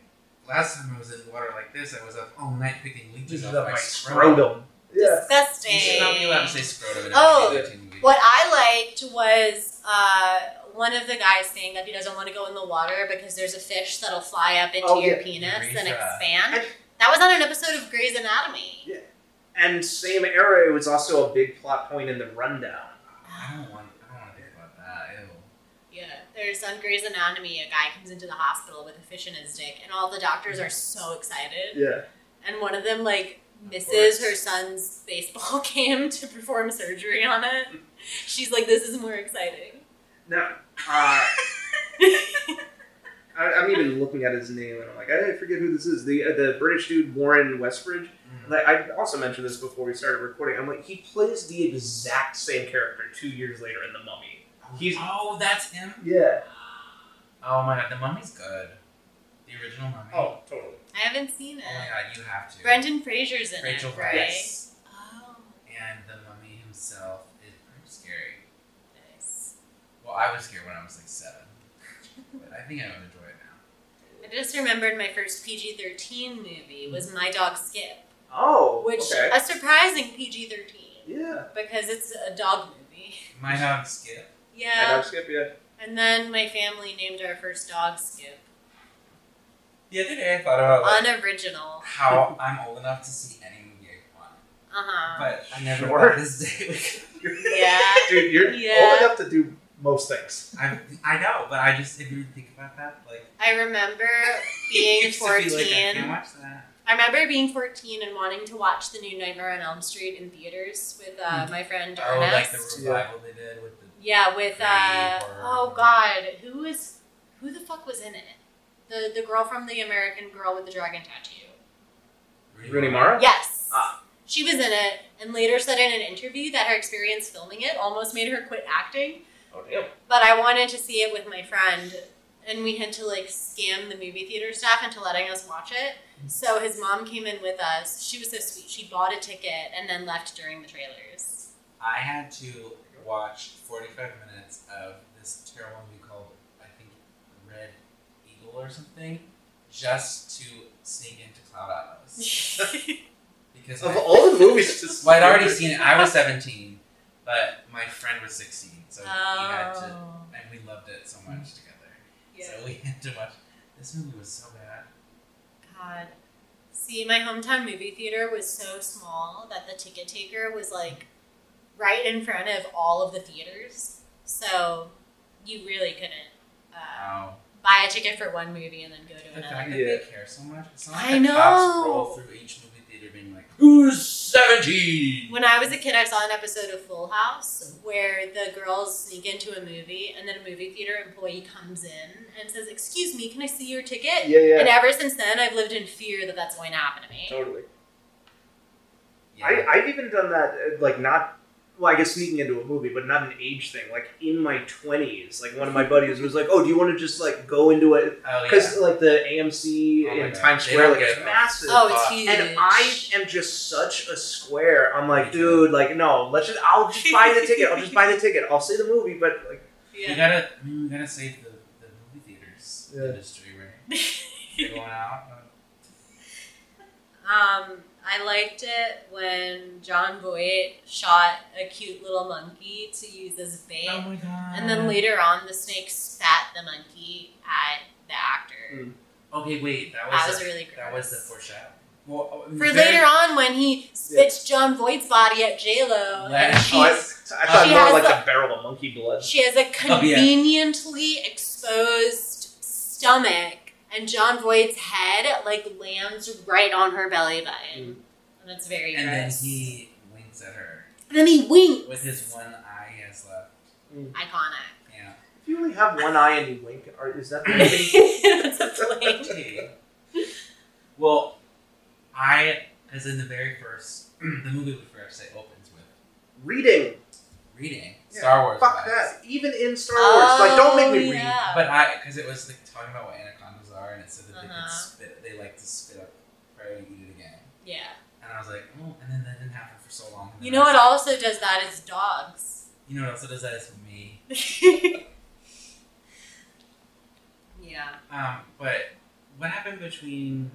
Speaker 2: last time I was in the water like this, I was up all night picking leeches off my scrotum.
Speaker 1: Disgusting.
Speaker 2: You should not be allowed to say scrotum in a
Speaker 1: Oh.
Speaker 2: PG-13 movie.
Speaker 1: What I liked was uh, one of the guys saying that he doesn't want to go in the water because there's a fish that'll fly up into
Speaker 3: Oh,
Speaker 1: your
Speaker 3: yeah.
Speaker 1: penis and
Speaker 2: Urethra.
Speaker 1: expand. That was on an episode of Grey's Anatomy.
Speaker 3: And same era, it was also a big plot point in the rundown.
Speaker 2: I don't want. I don't want to think about that. Ew.
Speaker 1: Yeah, there's on Grey's Anatomy, a guy comes into the hospital with a fish in his dick, and all the doctors are so excited.
Speaker 3: Yeah.
Speaker 1: and one of them like
Speaker 2: Of
Speaker 1: misses
Speaker 2: course.
Speaker 1: her son's baseball game to perform surgery on it. She's like, "This is more exciting."
Speaker 3: Now, uh, I, I'm even looking at his name, and I'm like, I forget who this is. The uh, the British dude Warren Westbridge.
Speaker 2: Mm.
Speaker 3: Like, I also mentioned this before we started recording. I'm like, he plays the exact same character two years later in The Mummy. He's-
Speaker 2: oh, that's him.
Speaker 3: Yeah.
Speaker 2: Oh my god, the mummy's good. The original mummy.
Speaker 3: Oh, totally.
Speaker 1: I haven't seen it.
Speaker 2: Oh my god, you have to.
Speaker 1: Brendan Fraser's in
Speaker 2: Rachel
Speaker 1: it, right?
Speaker 2: Weisz
Speaker 1: Oh,
Speaker 2: and the mummy himself is pretty scary.
Speaker 1: nice.
Speaker 2: Well, I was scared when I was like seven, but I think I would enjoy it now.
Speaker 1: I just remembered my first PG-13 movie was My Dog Skip,
Speaker 3: Oh,
Speaker 1: which
Speaker 3: okay.
Speaker 1: a surprising PG-13
Speaker 3: yeah.
Speaker 1: because it's a dog movie.
Speaker 2: My dog Skip.
Speaker 3: I
Speaker 1: Yeah,
Speaker 3: don't skip yeah.
Speaker 1: and then my family named our first dog Skip.
Speaker 2: The other day I thought about like,
Speaker 1: Unoriginal.
Speaker 2: how I'm old enough to see any movie I want,
Speaker 1: Uh huh.
Speaker 2: but I never
Speaker 3: Sure.
Speaker 2: thought this day. would come.
Speaker 1: Yeah.
Speaker 3: Dude, you're
Speaker 1: Yeah.
Speaker 3: old enough to do most things.
Speaker 2: I I know, but I just if you think about that, like
Speaker 1: I remember
Speaker 2: it
Speaker 1: being
Speaker 2: used to be
Speaker 1: 14.
Speaker 2: like, I can't
Speaker 1: I
Speaker 2: watch that.
Speaker 1: remember being 14 and wanting to watch the new Nightmare on Elm Street in theaters with uh, my friend
Speaker 2: Oh, like the
Speaker 1: Ernest.
Speaker 3: Yeah.
Speaker 2: revival they did with the
Speaker 1: yeah, with uh,
Speaker 2: Creed or-
Speaker 1: oh god, who was who the fuck was in it? The the girl from the American Girl with the dragon tattoo.
Speaker 3: Rooney Mara?
Speaker 1: Yes.
Speaker 3: Ah.
Speaker 1: She was in it and later said in an interview that her experience filming it almost made her quit acting
Speaker 3: Oh damn.
Speaker 1: But I wanted to see it with my friend, and we had to like scam the movie theater staff into letting us watch it. So his mom came in with us. She was so sweet. She bought a ticket and then left during the trailers.
Speaker 2: I had to watch 45 minutes of this terrible movie called, I think, Red Eagle or something, just to sneak into Cloud Atlas. Because
Speaker 3: Of
Speaker 2: my-
Speaker 3: all the movies, to
Speaker 2: well, I'd already seen it. I was 17, but my friend was 16, so we had to.
Speaker 1: Oh. Mm-hmm.
Speaker 2: And we loved it so much together.
Speaker 1: Yeah.
Speaker 2: So we had to watch. This movie was so bad.
Speaker 1: God. See, my hometown movie theater was so small that the ticket taker was like right in front of all of the theaters. So you really couldn't uh,
Speaker 2: Wow.
Speaker 1: buy a ticket for one movie and then go to
Speaker 2: The
Speaker 1: another.
Speaker 2: fact that they care so much. It's not like
Speaker 1: I
Speaker 2: the cops
Speaker 1: know.
Speaker 2: roll through each movie theater being like, who's 17?
Speaker 1: When I was a kid, I saw an episode of Full House where the girls sneak into a movie, and then a movie theater employee comes in and says, "Excuse me, can I see your ticket?"
Speaker 3: Yeah, yeah.
Speaker 1: And ever since then, I've lived in fear that that's going to happen to me.
Speaker 3: Totally.
Speaker 2: Yeah.
Speaker 3: I, I've even done that, uh, like, not well, I guess sneaking into a movie, but not an age thing. Like in my twenties, like one of my buddies was like, "Oh, do you want to just like go into it?"
Speaker 2: Oh yeah.
Speaker 3: Because like the AMC
Speaker 2: Oh my
Speaker 3: in
Speaker 2: God.
Speaker 3: Times
Speaker 2: They
Speaker 3: Square,
Speaker 2: don't
Speaker 3: like it's
Speaker 2: get-
Speaker 3: massive.
Speaker 1: Oh, it's
Speaker 2: Uh,
Speaker 1: huge.
Speaker 3: And I am just such a square. I'm like,
Speaker 2: Me too.
Speaker 3: dude, like no, let's just. I'll just buy the ticket. I'll just buy the ticket. I'll see the movie, but like,
Speaker 2: You
Speaker 1: Yeah.
Speaker 2: gotta, you gotta save the, the movie theaters
Speaker 3: Yeah.
Speaker 2: industry, right? They're going out.
Speaker 1: Um, I liked it when John Voight shot a cute little monkey to use as bait,
Speaker 2: Oh my god.
Speaker 1: and then later on, the snake spat the monkey at the actor.
Speaker 2: Okay, wait. That was
Speaker 1: That was
Speaker 2: the,
Speaker 1: really gross.
Speaker 2: that was the foreshadowing. Well, oh,
Speaker 1: For
Speaker 2: very-
Speaker 1: later on, when he spits John Voight's body at J Lo, and
Speaker 2: Last-
Speaker 1: she
Speaker 3: oh, I, I thought
Speaker 1: She
Speaker 3: more
Speaker 1: has
Speaker 3: like
Speaker 1: the-
Speaker 3: a barrel of monkey blood.
Speaker 1: She has a
Speaker 2: Oh, yeah.
Speaker 1: conveniently exposed stomach, and John Voight's head like lands right on her belly button, and it's very
Speaker 2: Mm. And then
Speaker 1: gross.
Speaker 2: he winks at her
Speaker 1: And then he winks.
Speaker 2: with his one eye he has left.
Speaker 1: Iconic.
Speaker 2: Yeah.
Speaker 3: If you only have one eye and you wink, or is that?
Speaker 1: That's a flame.
Speaker 2: Okay. well, I, as in the very first, the movie we first say opens with
Speaker 3: Reading.
Speaker 2: reading
Speaker 3: Yeah,
Speaker 2: Star Wars. vibes.
Speaker 3: Fuck that. Even in Star Wars, like don't make me
Speaker 1: Oh,
Speaker 3: read.
Speaker 1: yeah.
Speaker 2: But I, because it was like talking about what anacondas are, and it said that they
Speaker 1: Uh-huh.
Speaker 2: could spit, they like to spit up prey and eat it again.
Speaker 1: yeah.
Speaker 2: And I was like, oh, and then that didn't happen for so long. And
Speaker 1: You
Speaker 2: then
Speaker 1: know
Speaker 2: I
Speaker 1: what
Speaker 2: was-
Speaker 1: also does that is dogs.
Speaker 2: You know what also does that is me.
Speaker 1: yeah.
Speaker 2: Um, but what happened between?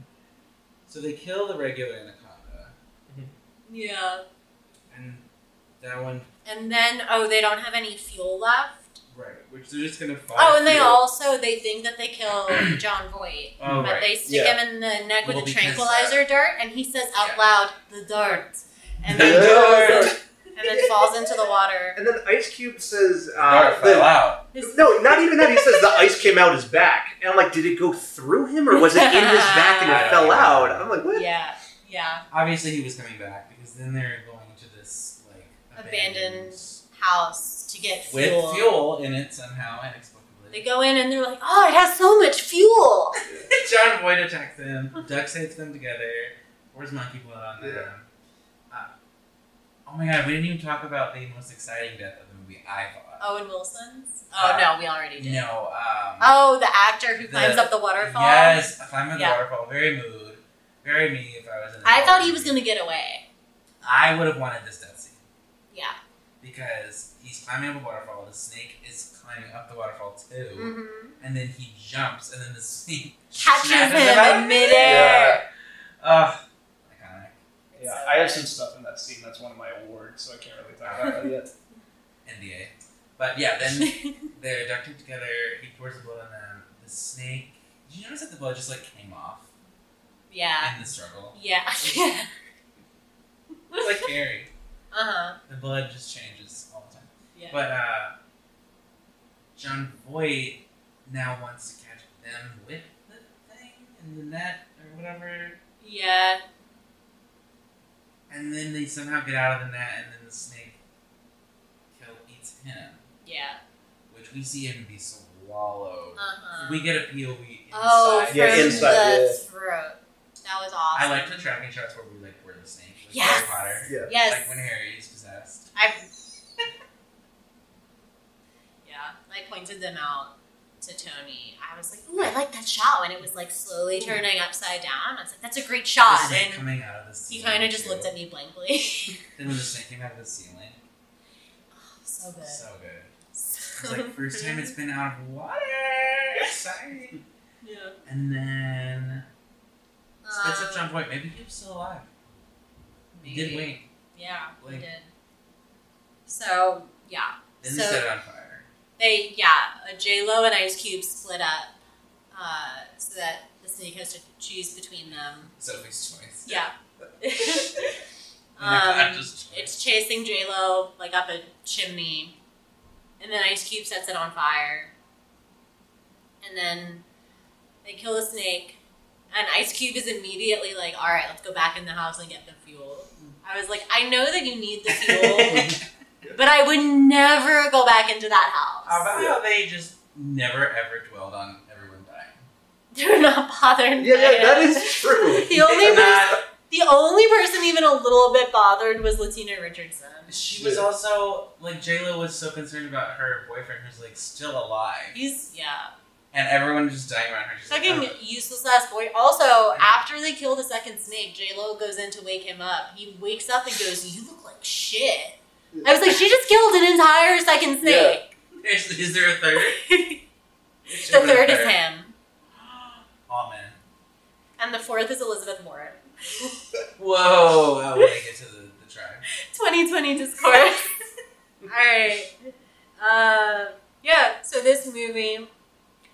Speaker 2: So they kill the regular anaconda,
Speaker 1: Yeah.
Speaker 2: and that one,
Speaker 1: And then oh, they don't have any fuel left.
Speaker 2: right? Which they're just gonna fight.
Speaker 1: Oh, and they
Speaker 2: through.
Speaker 1: also they think that they killed John Voight.
Speaker 2: Oh,
Speaker 1: But
Speaker 2: right.
Speaker 1: they stick
Speaker 3: Yeah.
Speaker 1: him in the neck with
Speaker 2: Well,
Speaker 1: a
Speaker 2: because, uh,
Speaker 1: tranquilizer dart, and he says out
Speaker 2: yeah.
Speaker 1: loud, "The dart," and
Speaker 2: The
Speaker 1: then
Speaker 3: dart.
Speaker 1: goes and then falls into the water.
Speaker 3: And then Ice Cube says,
Speaker 2: Alright,
Speaker 3: uh,
Speaker 2: fell
Speaker 3: the,
Speaker 2: out.
Speaker 1: His-
Speaker 3: "No, not even that." He says the ice came out his back, and I'm like, "Did it go through him, or was it in his back and it fell out?" I'm like, "What?"
Speaker 1: Yeah, yeah.
Speaker 2: Obviously, he was coming back because then they're going to this like
Speaker 1: Abandoned house to get
Speaker 2: with
Speaker 1: fuel.
Speaker 2: fuel in it somehow inexplicably.
Speaker 1: They go in and they're like, "Oh, it has so much fuel."
Speaker 2: John Boyd attacks them. Duck saves them together. Where's monkey blood on them? Uh, oh my god, we didn't even talk about the most exciting death of the movie. I thought.
Speaker 1: Owen Wilson's. Oh
Speaker 2: Uh,
Speaker 1: no, Oh, we already did.
Speaker 2: No. Um,
Speaker 1: Oh, the actor who
Speaker 2: The-
Speaker 1: climbs up the waterfall.
Speaker 2: Yes, a climb of the
Speaker 1: Yeah.
Speaker 2: waterfall. Very mood. Very me. If I was in.
Speaker 1: I thought he was gonna get away.
Speaker 2: I would have wanted this death scene
Speaker 1: Yeah.
Speaker 2: because he's climbing up a waterfall. The snake is climbing up the waterfall too,
Speaker 1: Mm-hmm.
Speaker 2: and then he jumps, and then the snake
Speaker 1: Catches
Speaker 2: snaps
Speaker 1: him in midair.
Speaker 2: Ugh. Iconic.
Speaker 3: Yeah,
Speaker 1: So
Speaker 3: I have
Speaker 1: good.
Speaker 3: some stuff in that scene that's one of my awards, so I can't really talk about that yet.
Speaker 2: NDA. But yeah, then They're ducted together. He pours the blood on them. The snake. Did you notice that the blood just like came off
Speaker 1: yeah.
Speaker 2: in the struggle?
Speaker 1: Yeah.
Speaker 2: It's like Carrie.
Speaker 1: Uh huh.
Speaker 2: The blood just changes all the time.
Speaker 1: Yeah.
Speaker 2: But uh, John Voight now wants to catch them with the thing and the net or whatever,
Speaker 1: Yeah.
Speaker 2: and then they somehow get out of the net, and then the snake kill eats him,
Speaker 1: Yeah.
Speaker 2: which we see him be swallowed.
Speaker 1: Uh huh.
Speaker 2: We get a POV inside.
Speaker 1: oh, from
Speaker 3: Yeah, inside,
Speaker 1: the
Speaker 3: yeah.
Speaker 1: throat. That was
Speaker 2: I
Speaker 1: awesome.
Speaker 2: like the tracking shots where we like were the snake, like
Speaker 1: Yes.
Speaker 2: Harry Potter.
Speaker 3: Yeah.
Speaker 1: Yes.
Speaker 2: Like when Harry is possessed.
Speaker 1: I. yeah, I pointed them out to Tony. I was like, "Ooh, I like that shot when it was like slowly turning upside down." I was like, "That's a great
Speaker 2: The
Speaker 1: shot."
Speaker 2: snake
Speaker 1: And
Speaker 2: coming out of the ceiling.
Speaker 1: he kind of just
Speaker 2: too.
Speaker 1: looked at me blankly.
Speaker 2: Then when the snake came out of the ceiling,
Speaker 1: so good.
Speaker 2: so good. It's
Speaker 1: So
Speaker 2: like first time it's been out of water. Exciting.
Speaker 1: Yeah.
Speaker 2: And then spits up
Speaker 1: Um,
Speaker 2: John Voight. Maybe he was still alive. He did
Speaker 1: maybe.
Speaker 2: wink.
Speaker 1: Yeah, we
Speaker 2: Like-
Speaker 1: did. So yeah,
Speaker 2: Then
Speaker 1: So-
Speaker 2: they set it on fire.
Speaker 1: They yeah, uh, J Lo and Ice Cube split up uh, so that the snake has to choose between them.
Speaker 2: Sophie's choice.
Speaker 1: Yeah.
Speaker 2: And they're
Speaker 1: um,
Speaker 2: conscious choice.
Speaker 1: it's chasing J Lo like up a chimney, and then Ice Cube sets it on fire, and then they kill the snake. And Ice Cube is immediately like, "All right, let's go back in the house and get the fuel." I was like, "I know that you need the fuel, but I would never go back into that house."
Speaker 2: How about how they just never ever dwelled on everyone dying?
Speaker 1: They're not bothered.
Speaker 3: Yeah,
Speaker 1: by
Speaker 3: yeah, that
Speaker 1: it.
Speaker 3: is true.
Speaker 1: The only
Speaker 2: They're
Speaker 1: person,
Speaker 2: not
Speaker 1: The only person even a little bit bothered was Latina Richardson.
Speaker 2: She was
Speaker 3: Yeah.
Speaker 2: also like J Lo was so concerned about her boyfriend who's like still alive,
Speaker 1: He's yeah,
Speaker 2: and everyone was just dying around her. She's like,
Speaker 1: fucking
Speaker 2: "Oh."
Speaker 1: useless ass boy. Also, after they kill the second snake, J Lo goes in to wake him up. He wakes up and goes, "You look like shit." I was like, she just killed an entire second snake.
Speaker 2: Is, is there a third? There should
Speaker 1: the
Speaker 2: have been a
Speaker 1: third is him,
Speaker 2: Amen.
Speaker 1: and the fourth is Elizabeth Warren.
Speaker 2: Whoa! Oh, when I get to the, the tribe.
Speaker 1: 2020 discourse. All right. Uh, yeah. So this movie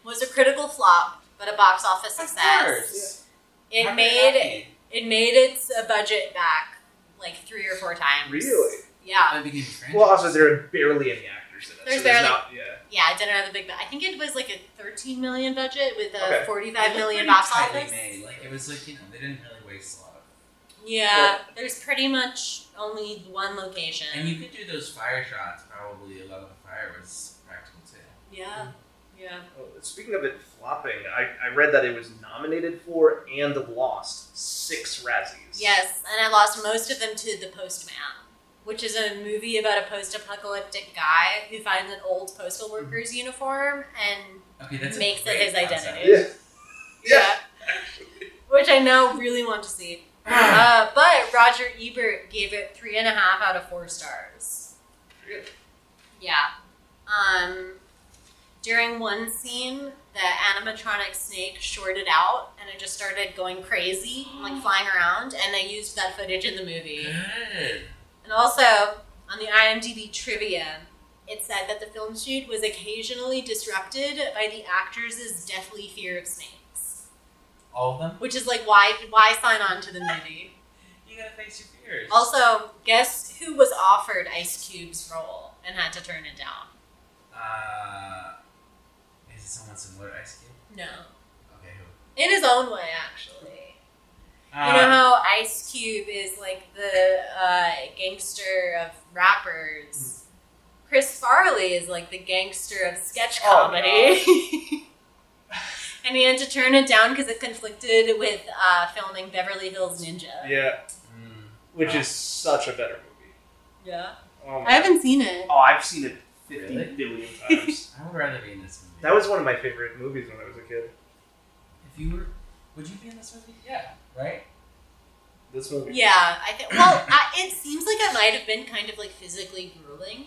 Speaker 1: was a critical flop, but a box office success. It
Speaker 2: How could
Speaker 1: made
Speaker 2: that be?
Speaker 1: it made its uh, budget back like three or four times.
Speaker 3: Really?
Speaker 1: Yeah.
Speaker 2: That became a franchise.
Speaker 3: Well, also there are barely any actors in it.
Speaker 1: There's
Speaker 3: so
Speaker 1: barely-
Speaker 3: Not, yeah.
Speaker 1: Yeah, it didn't have the big. bu- I think it was like a 13 million budget with a
Speaker 3: Okay.
Speaker 1: 45 million
Speaker 2: It was
Speaker 1: box
Speaker 2: pretty tightly
Speaker 1: office.
Speaker 2: Made. Like it was like you know they didn't really waste a lot. Of
Speaker 1: Yeah, there's pretty much only one location.
Speaker 2: And you could do those fire shots. Probably a lot of the fire was practical too.
Speaker 1: yeah, yeah.
Speaker 3: Well, Oh, Speaking of it flopping, I, I read that it was nominated for and lost six Razzies.
Speaker 1: Yes, and I lost most of them to The Postman, which is a movie about a post apocalyptic guy who finds an old postal worker's uniform and.
Speaker 2: Okay, Mm-hmm. that's a
Speaker 1: Makes it
Speaker 2: great
Speaker 1: his
Speaker 2: concept.
Speaker 1: identity.
Speaker 3: Yeah. Yeah.
Speaker 1: Which I now really want to see. Uh, but Roger Ebert gave it three and a half out of four stars.
Speaker 3: Really?
Speaker 1: Yeah. Um, during one scene, the animatronic snake shorted out, and it just started going crazy, like flying around. And they used that footage in the movie.
Speaker 2: Good.
Speaker 1: And also, on the IMDb trivia, it said that the film shoot was occasionally disrupted by the actors' deathly fear of snakes,
Speaker 2: All of them.
Speaker 1: which is like why why sign on to the movie.
Speaker 2: You gotta face your fears.
Speaker 1: Also, guess who was offered Ice Cube's role and had to turn it down?
Speaker 2: Uh, is it someone similar to Ice Cube?
Speaker 1: No,
Speaker 2: Okay, who?
Speaker 1: in his own way, actually.
Speaker 2: Uh,
Speaker 1: you know how Ice Cube is like the uh, gangster of rappers.
Speaker 2: Hmm.
Speaker 1: Chris Farley is like the gangster of sketch
Speaker 3: Oh,
Speaker 1: comedy. and he had to turn it down because it conflicted with uh, filming Beverly Hills Ninja.
Speaker 3: Yeah.
Speaker 2: mm,
Speaker 3: Which
Speaker 2: Oh.
Speaker 3: is such a better movie.
Speaker 1: Yeah.
Speaker 3: Oh, my
Speaker 1: I haven't seen it.
Speaker 3: Oh, I've seen it fifty
Speaker 2: Really?
Speaker 3: billion times.
Speaker 2: I would rather be in this movie.
Speaker 3: that was one of my favorite movies when I was a kid.
Speaker 2: If you were, would you be in this movie? Yeah. Right.
Speaker 3: This movie.
Speaker 1: Yeah, I think. Well, I, it seems like it might have been kind of like physically grueling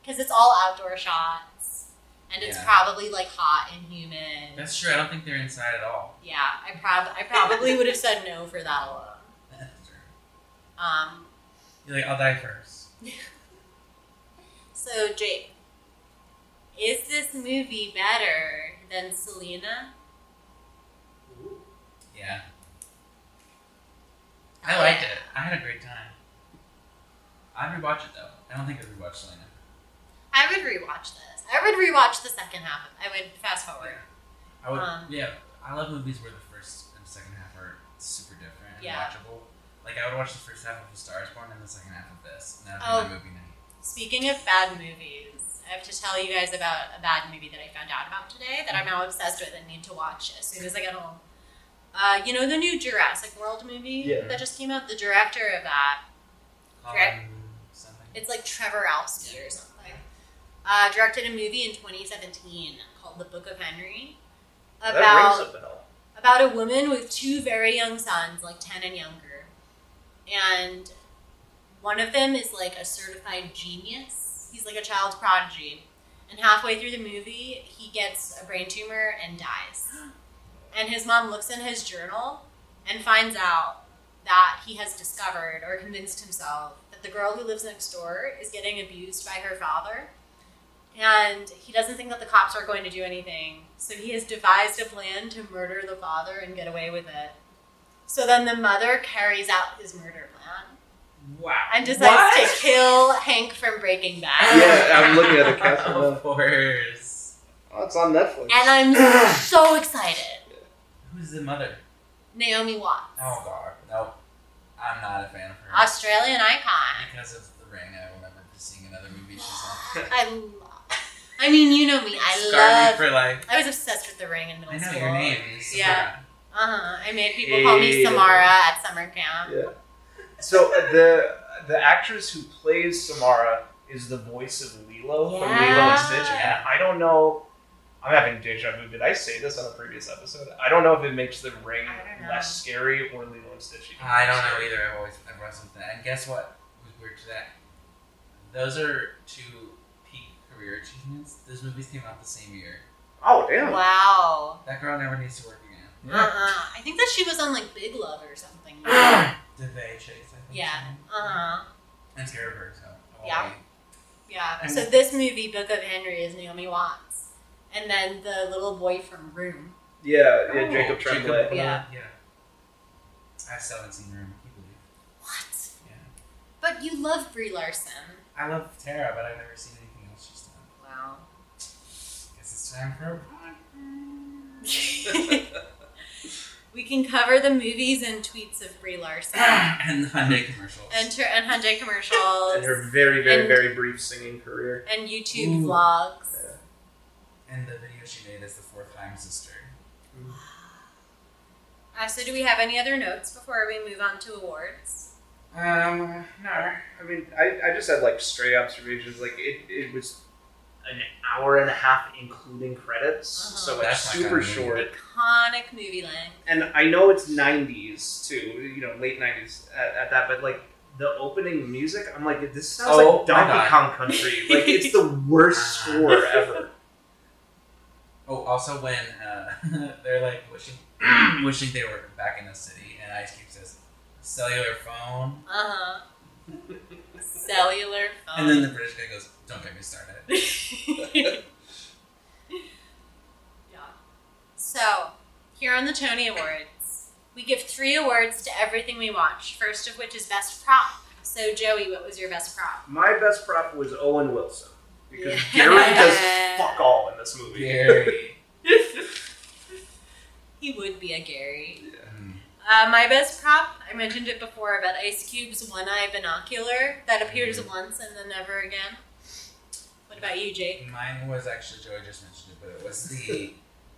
Speaker 1: because it's all outdoor shots and it's
Speaker 2: Yeah.
Speaker 1: probably like hot and humid.
Speaker 2: That's true. I don't think they're inside at all.
Speaker 1: Yeah, I prob I probably would have said no for that alone.
Speaker 2: That's true.
Speaker 1: Um,
Speaker 2: You're like, I'll die first.
Speaker 1: so Jake, is this movie better than Selena?
Speaker 3: Ooh.
Speaker 2: Yeah. I liked it. I had a great time. I'd rewatch it though. I don't think I'd rewatch Selena.
Speaker 1: I would rewatch this. I would rewatch the second half. I would fast forward.
Speaker 2: I would.
Speaker 1: Um,
Speaker 2: yeah, I love movies where the first and second half are super different and
Speaker 1: Yeah.
Speaker 2: watchable. Like I would watch the first half of A Star Is Born and the second half of this, and that
Speaker 1: Oh.
Speaker 2: would be my movie night.
Speaker 1: Speaking of bad movies, I have to tell you guys about a bad movie that I found out about today that I'm now obsessed with and need to watch as soon as I get home. Uh, you know the new Jurassic World movie
Speaker 3: Yeah.
Speaker 1: that just came out? The director of that Correct.
Speaker 2: Colin something.
Speaker 1: It's like Trevor Alsky or something. Uh, directed a movie in 2017 called The Book of Henry
Speaker 3: that
Speaker 1: about
Speaker 3: rings a bell.
Speaker 1: about a woman with two very young sons, like 10 and younger. And one of them is like a certified genius. He's like a child prodigy. And halfway through the movie, he gets a brain tumor and dies. And his mom looks in his journal and finds out that he has discovered or convinced himself that the girl who lives next door is getting abused by her father. And he doesn't think that the cops are going to do anything. So he has devised a plan to murder the father and get away with it. So then the mother carries out his murder plan
Speaker 2: Wow.
Speaker 1: and decides
Speaker 2: What?
Speaker 1: to kill Hank from Breaking Bad.
Speaker 3: Yeah, I'm looking at the cast right now.
Speaker 2: of course.
Speaker 3: Oh, it's on Netflix.
Speaker 1: And I'm so excited.
Speaker 2: Who's the mother?
Speaker 1: Naomi Watts,
Speaker 2: Oh god, nope. I'm not a fan of her.
Speaker 1: Australian icon.
Speaker 2: because of the ring, I will never be seeing another movie she's on.
Speaker 1: I love. I mean, you know me. I
Speaker 2: Scar me
Speaker 1: love.
Speaker 2: for life.
Speaker 1: I was obsessed with The Ring in middle
Speaker 2: I know
Speaker 1: school.
Speaker 2: your name. Is
Speaker 1: Yeah. Uh-huh. I made people call me Samara at summer camp.
Speaker 3: Yeah. So uh, the the actress who plays Samara is the voice of Lilo from Lilo and Stitch, and I don't know. I'm having deja vu. Did I say this on a previous episode? I don't know if it makes the ring
Speaker 1: I don't know.
Speaker 3: less scary or Lilo and Stitch. even
Speaker 2: I
Speaker 3: more
Speaker 2: don't know
Speaker 3: scary.
Speaker 2: either. I've always I've wrestled with that. And guess what? Was weird today. Those are two peak career achievements. Those movies came out the same year.
Speaker 3: Oh damn!
Speaker 1: Wow.
Speaker 2: That girl never needs to work again.
Speaker 1: Uh-uh. I think that she was on like Big Love or something.
Speaker 2: DeVay Chase, I think.
Speaker 1: yeah. Uh-huh.
Speaker 2: And Scarab Bird, so. I'll
Speaker 1: Yeah.
Speaker 2: wait.
Speaker 1: Yeah.
Speaker 2: And-
Speaker 1: So this movie, Book of Henry, is Naomi Watts. And then the little boy from Room.
Speaker 3: Yeah, yeah.
Speaker 2: Oh,
Speaker 3: Jacob Tremblay.
Speaker 2: Tremblay,
Speaker 1: Yeah.
Speaker 2: yeah. I still haven't seen Room, I can believe.
Speaker 1: What?
Speaker 2: Yeah.
Speaker 1: But you love Brie Larson.
Speaker 2: I love Tara, but I've never seen anything else she's done.
Speaker 1: Wow.
Speaker 2: Guess it's time for a
Speaker 1: we can cover the movies and tweets of Brie Larson
Speaker 2: and the Hyundai commercials.
Speaker 1: and, her, and Hyundai commercials and,
Speaker 3: And her very, very,
Speaker 1: And-
Speaker 3: very brief singing career.
Speaker 1: YouTube
Speaker 2: Ooh.
Speaker 1: vlogs.
Speaker 2: And the video she made as the fourth time sister.
Speaker 1: Uh, so, do we have any other notes before we move on to awards?
Speaker 2: Um, no.
Speaker 3: I mean, I, I just had like stray observations. Like it, it was an hour and a half including credits,
Speaker 1: Uh-huh.
Speaker 3: so it's
Speaker 2: That's my
Speaker 3: super
Speaker 2: kind of movie.
Speaker 3: short.
Speaker 1: Iconic movie length.
Speaker 3: And I know it's '90s too, you know, late '90s at, at that. But like the opening music, I'm like, this sounds
Speaker 2: Oh
Speaker 3: like
Speaker 2: my
Speaker 3: Donkey
Speaker 2: God.
Speaker 3: Kong Country. like it's the worst score ever.
Speaker 2: Oh, also when uh, they're like wishing, wishing they were back in the city, and Ice Cube says, "Cellular phone,"
Speaker 1: Uh huh. Cellular phone.
Speaker 2: and then the British guy goes, "Don't get me started."
Speaker 1: yeah. So, here on the Tony Awards, we give three awards to everything we watch, first of which is Best Prop. So, Joey, what was your best prop?
Speaker 3: My best prop was Owen Wilson because
Speaker 1: Yeah.
Speaker 3: Gary does fuck all in this movie.
Speaker 2: Gary.
Speaker 1: He would be a Gary.
Speaker 2: Mm.
Speaker 1: Uh, my best prop, I mentioned it before, about Ice Cube's one eye binocular that appears once and then never again. What about you, Jake?
Speaker 2: Mine was actually Joey just mentioned it, but it was the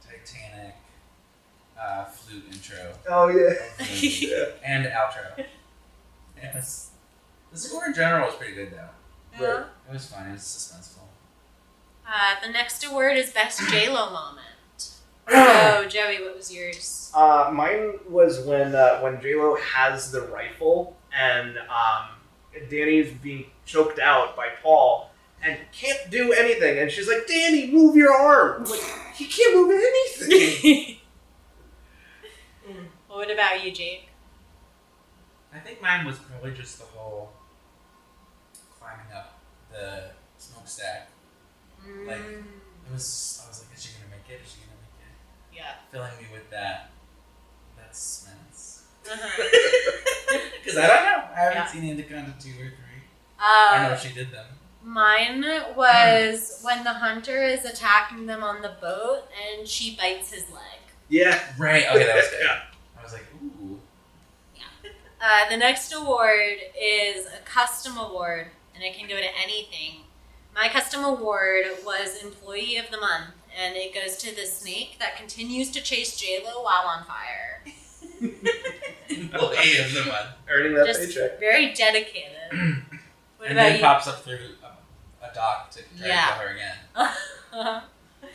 Speaker 2: Titanic uh, flute intro
Speaker 3: Oh yeah.
Speaker 2: of the movie. and outro. Yes. The score in general was pretty good though.
Speaker 1: Uh,
Speaker 2: It was fun. It was suspenseful.
Speaker 1: Uh, the next award is Best JLo Moment. So, Joey, what was yours?
Speaker 3: Uh, mine was when uh, when Lo has the rifle and um, Danny's being choked out by Paul and can't do anything, and she's like, "Danny, move your arm!" I'm like he can't move anything.
Speaker 1: Well, what about you, Jake?
Speaker 2: I think mine was probably just the whole climbing up the smokestack. Like- It was. I was like, is she gonna make it? Is she gonna make it?
Speaker 1: yeah.
Speaker 2: Filling me with that that suspense.
Speaker 1: Uh-huh.
Speaker 2: Because I don't know. I haven't
Speaker 1: Yeah.
Speaker 2: seen Anaconda two or three. I know
Speaker 1: Uh,
Speaker 2: she did them.
Speaker 1: mine was when the hunter is attacking them on the boat and she bites his leg.
Speaker 3: yeah.
Speaker 2: Right. Okay, that was good.
Speaker 3: Yeah.
Speaker 2: I was like, ooh.
Speaker 1: Uh, the next award is a custom award, and it can go to anything. My custom award was Employee of the Month, and it goes to the snake that continues to chase JLo while on fire.
Speaker 2: Well, eight of them. uh,
Speaker 3: Earning that
Speaker 1: Just
Speaker 3: paycheck.
Speaker 1: very dedicated. What
Speaker 2: and
Speaker 1: about
Speaker 2: then
Speaker 1: you?
Speaker 2: pops up through um, a, a dock to try
Speaker 1: Yeah.
Speaker 2: to kill her again.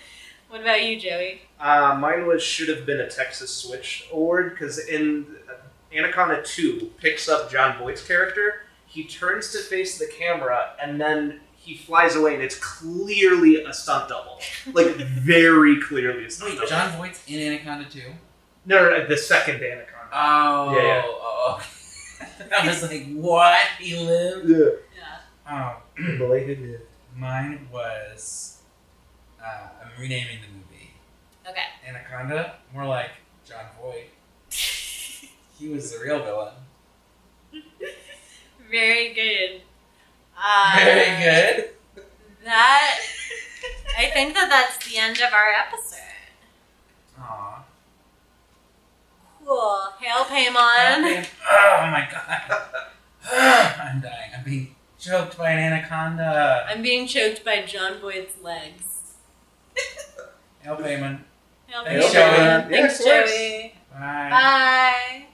Speaker 1: what about you, Joey?
Speaker 3: Uh, mine was should have been a Texas Switch award because in uh, Anaconda Two picks up John Boyd's character. He turns to face the camera and then he flies away, and it's clearly a stunt double. Like very clearly a stunt
Speaker 2: Wait,
Speaker 3: double.
Speaker 2: John Voight's in Anaconda too.
Speaker 3: No, no, no, the second Anaconda.
Speaker 2: Oh,
Speaker 3: Yeah, yeah.
Speaker 2: oh, okay. I was like, what? He lived?
Speaker 3: Yeah,
Speaker 1: Yeah.
Speaker 2: Um,
Speaker 3: belated. yeah.
Speaker 2: mine was. Uh, I'm renaming the movie.
Speaker 1: Okay.
Speaker 2: Anaconda? More like John Voight. He was the real villain.
Speaker 1: Very good. Uh,
Speaker 2: Very good.
Speaker 1: That I think that that's the end of our episode.
Speaker 2: Aw.
Speaker 1: Cool. Hail Paimon.
Speaker 2: Oh my god. I'm dying. I'm being choked by an anaconda.
Speaker 1: I'm being choked by John Boyd's legs.
Speaker 2: Help, Eamon.
Speaker 1: Hail
Speaker 2: Thanks,
Speaker 1: Paimon.
Speaker 2: Joey.
Speaker 1: Thanks,
Speaker 3: Yeah, of course.
Speaker 1: Joey.
Speaker 2: Bye. Bye.
Speaker 1: Bye.